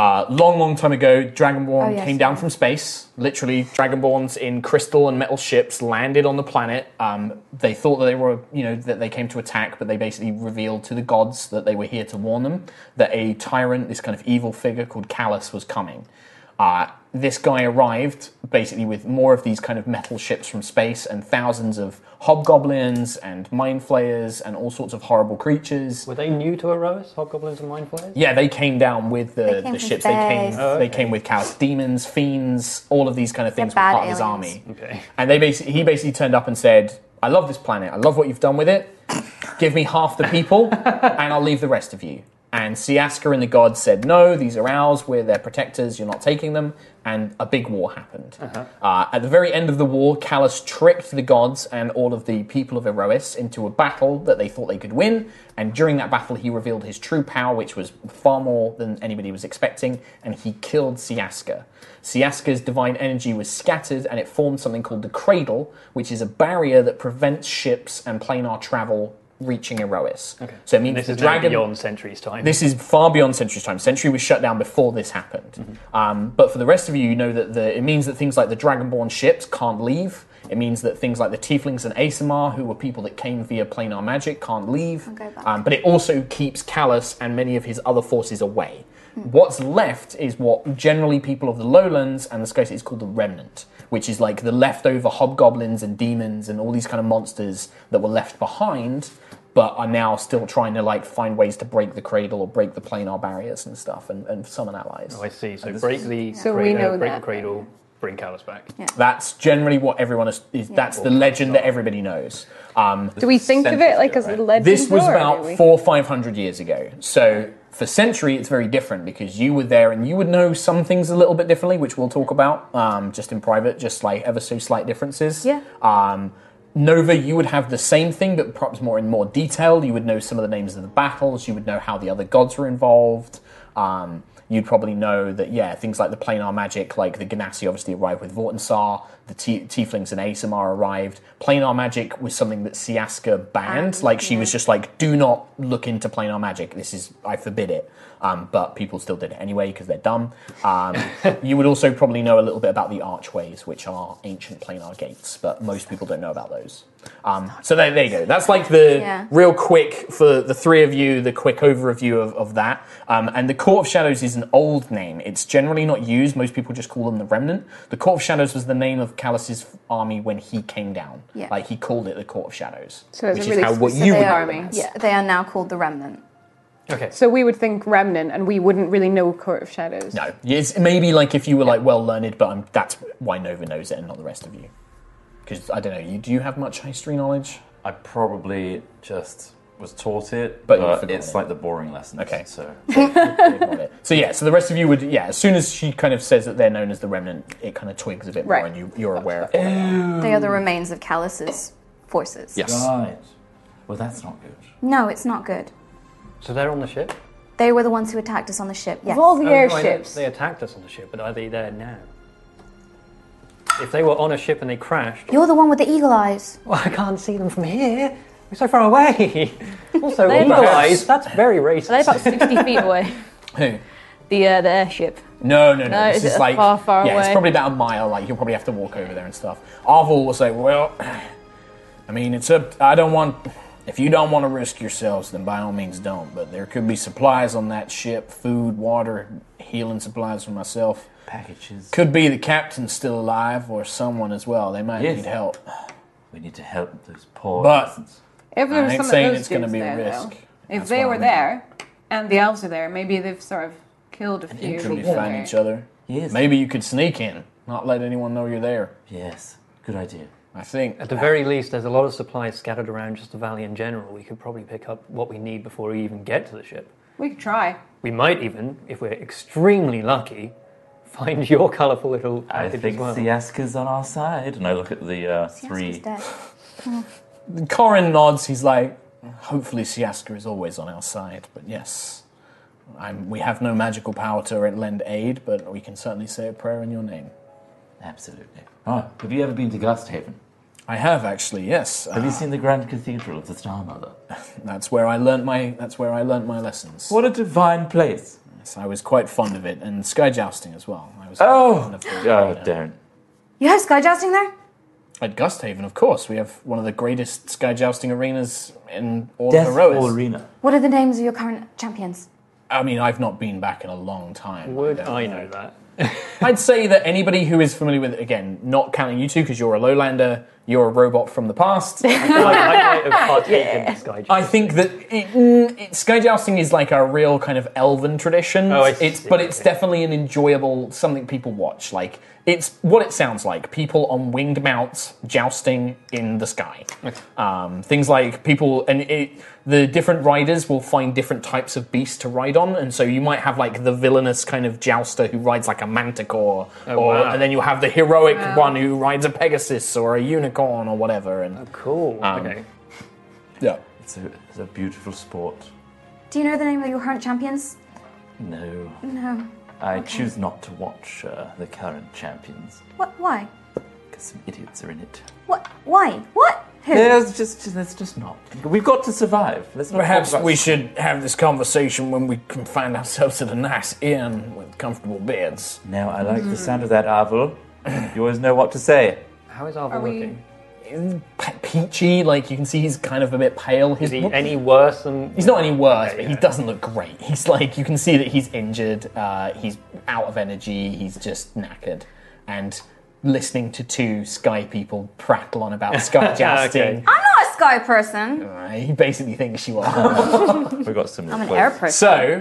uh, long, long time ago, Dragonborn Oh, yes, came down yeah. from space. Literally, Dragonborns in crystal and metal ships landed on the planet. Um, they thought that they were, you know, that they came to attack, but they basically revealed to the gods that they were here to warn them that a tyrant, this kind of evil figure called Callus, was coming. Uh, this guy arrived basically with more of these kind of metal ships from space and thousands of hobgoblins and mind flayers and all sorts of horrible creatures. Were they new to Erois, Hobgoblins and Mind Flayers? Yeah, they came down with the, They came the from ships. They came space. Oh, they okay. came with cows, demons, fiends, all of these kind of things were bad part of his aliens. army. Okay. And they basically he basically turned up and said, I love this planet, I love what you've done with it. Give me half the people and I'll leave the rest of you. And Siaska and the gods said, No, these are ours, we're their protectors, you're not taking them. And a big war happened. Uh, at the very end of the war, Callus tricked the gods and all of the people of Erois into a battle that they thought they could win. And during that battle, he revealed his true power, which was far more than anybody was expecting, and he killed Siaska. Siaska's divine energy was scattered, and it formed something called the Cradle, which is a barrier that prevents ships and planar travel reaching Erois. Okay. So it means This the is now dragon. beyond centuries time. This is far beyond Century's time. Century was shut down before this Mm-hmm. happened. Um, but for the rest of you, you know that the, it means that things like the Dragonborn ships can't leave. It means that things like the Tieflings and Asimar, who were people that came via planar magic, can't leave. go back. Um, but it also keeps Callus and many of his other forces away. What's left is what generally people of the lowlands and the sky city is called the remnant, which is like the leftover hobgoblins and demons and all these kind of monsters that were left behind, but are now still trying to like find ways to break the cradle or break the planar barriers and stuff and, and summon allies. Oh, I see. So break the So we cradle, know break that. the cradle, bring Callus back. That's generally what everyone is. is That's the legend that everybody knows. Um, Do we think of it like as a legend? This was lore, do about we? four or five hundred years ago. So for Century, it's very different because you were there and you would know some things a little bit differently, which we'll talk about um, just in private, just like ever so slight differences. Yeah. Um, Nova, you would have the same thing, but perhaps more in more detail. You would know some of the names of the battles. You would know how the other gods were involved. Um, you'd probably know that, yeah, things like the planar magic, like the Ganassi obviously arrived with Vortensar, the T- Tieflings and Asimar arrived. Planar magic was something that Siaska banned. like, she was just like, do not look into planar magic. This is, I forbid it. Um, but people still did it anyway because they're dumb. Um, you would also probably know a little bit about the archways, which are ancient planar gates, but most people don't know about those. Um, so there, there you go. That's like the Yeah. real quick for the three of you, the quick overview of, of that. Um, and the Court of Shadows is an old name. It's generally not used. Most people just call them the Remnant. The Court of Shadows was the name of Callus's army when he came down. Yeah. Like he called it the Court of Shadows, So it's which a is really how what specific you would know army. them as. Yeah, they are now called the remnant. Okay. So we would think remnant, and we wouldn't really know Court of Shadows. No, it's maybe like if you were like well learned, but I'm, that's why Nova knows it and not the rest of you. Because I don't know, you do you have much history knowledge? I probably just was taught it, But but, you've forgotten it's it. like the boring lessons. Okay. so Ignore it. So yeah, so the rest of you would yeah. As soon as she kind of says that they're known as the remnant, it kind of twigs a bit more, Right. and you you're aware. Of it. They are the remains of Callus's forces. Oh, right. Well, that's not good. No, it's not good. So they're on the ship. They were the ones who attacked us on the ship. Yes. Of all Oh, the no, I know airships. they attacked us on the ship, but are they there now? If they were on a ship and they crashed, You're the one with the eagle eyes. well, I can't see them from here. We're so far away. Also, They're eagle not- eyes. That's very racist. They're about 60 feet away. Who? The, uh, the airship. No, no, no. No, this is is it like far, far yeah, it's away? probably about a mile. Like you'll probably have to walk over there and stuff. Arvel was like, well, I mean, it's up. I don't want. If you don't want to risk yourselves, then by all means don't. But there could be supplies on that ship: food, water, healing supplies for myself. Packages. Could be the captain's still alive or someone as well. They might Yes. need help. We need to help those poor. But- peasants. If there I was ain't some of saying those it's gonna dudes be a there, risk. though, if That's they why were I there and the elves are there, maybe they've sort of killed a few. people interim effect. there. find each other. Yes. Maybe you could sneak in, not let anyone know you're there. Yes. Good idea. I think. At the very least, there's a lot of supplies scattered around just the valley in general. We could probably pick up what we need before we even get to the ship. We could try. We might even, if we're extremely lucky, find your colourful little I package think as well. Siaska's on our side, and I look at the uh, Siaska's three. dead. Corin nods. He's like, hopefully Siaska is always on our side. But yes, I'm, we have no magical power to lend aid, but we can certainly say a prayer in your name. Absolutely. Oh, have you ever been to Gusthaven? I have actually, yes. Have Uh, you seen the Grand Cathedral of the Star Mother? that's where I learnt my. That's where I learnt my lessons. What a divine place! Yes, I was quite fond of it, and sky jousting as well. I was quite fond Oh, of the- oh, Darren. You have sky jousting there? At Gusthaven, of course, we have one of the greatest sky jousting arenas in all Death of Heroes. Hall Arena. What are the names of your current champions? I mean, I've not been back in a long time. Would don't I know that? I'd say that anybody who is familiar with, again, not counting you two because you're a Lowlander, you're a robot from the past. I, I might have partaken in Sky Jousting. I think that it, mm, it, sky jousting is like a real kind of elven tradition. Oh, I it's see. but it's Okay. definitely an enjoyable something people watch. Like it's what it sounds like: people on winged mounts jousting in the sky. Um, things like people and it, the different riders will find different types of beasts to ride on, and so you might have like the villainous kind of jouster who rides like a manticore, or Oh, wow. and then you have the heroic one who rides a pegasus or a unicorn or whatever. And Oh, Cool. Um, okay. yeah. It's a, it's a beautiful sport. Do you know the name of your current champions? No, No. I choose not to watch uh, the current champions What? Why? because some idiots are in it. What? Why? What? Who? There's just, there's just not. We've got to survive. Let's not talk Perhaps about- we should have this conversation when we can find ourselves at a nice inn with comfortable beds. Mm-hmm. Now I like the sound of that, Arvel. You always know what to say. How is Arvel Are we- looking? Pe- peachy, like you can see he's kind of a bit pale. His, Is he any worse than? He's not any worse, Okay, but he yeah. doesn't look great. He's like you can see that he's injured. Uh, he's out of energy. He's just knackered, and listening to two sky people prattle on about sky jousting. I'm not a sky person. Uh, he basically thinks you are. We've got some. I'm an requests. air person.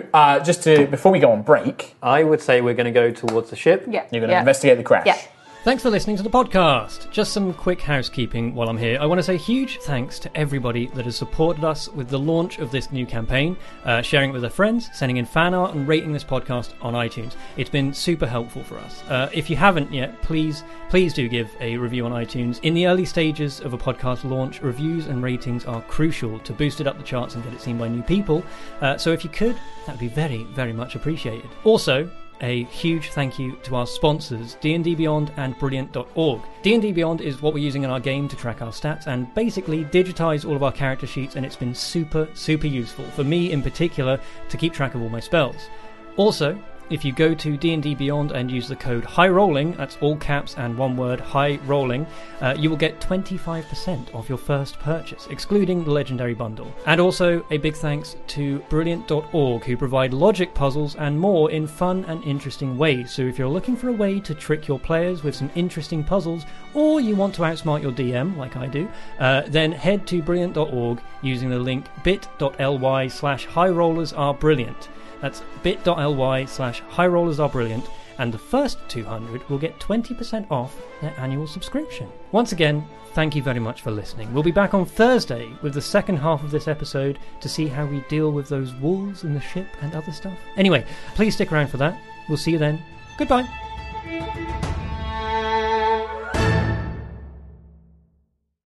so uh, just to before we go on break, I would say we're going to go towards the ship. Yeah. you're going to Yeah. investigate the crash. Yeah. Thanks for listening to the podcast. Just some quick housekeeping while I'm here. I want to say huge thanks to everybody that has supported us with the launch of this new campaign, uh, sharing it with their friends, sending in fan art, and rating this podcast on iTunes. It's been super helpful for us. Uh, if you haven't yet, please, please do give a review on iTunes. In the early stages of a podcast launch, reviews and ratings are crucial to boost it up the charts and get it seen by new people. Uh, so if you could, that would be very, very much appreciated. Also, a huge thank you to our sponsors d&d beyond and brilliant.org d&d beyond is what we're using in our game to track our stats and basically digitize all of our character sheets and it's been super super useful for me in particular to keep track of all my spells also if you go to d&d beyond and use the code high rolling that's all caps and one word high rolling uh, you will get 25% off your first purchase excluding the legendary bundle and also a big thanks to brilliant.org who provide logic puzzles and more in fun and interesting ways so if you're looking for a way to trick your players with some interesting puzzles or you want to outsmart your dm like i do uh, then head to brilliant.org using the link bit.ly slash high rollers are brilliant that's bit.ly slash high rollers are brilliant, and the first 200 will get 20% off their annual subscription. Once again, thank you very much for listening. We'll be back on Thursday with the second half of this episode to see how we deal with those wolves and the ship and other stuff. Anyway, please stick around for that. We'll see you then. Goodbye.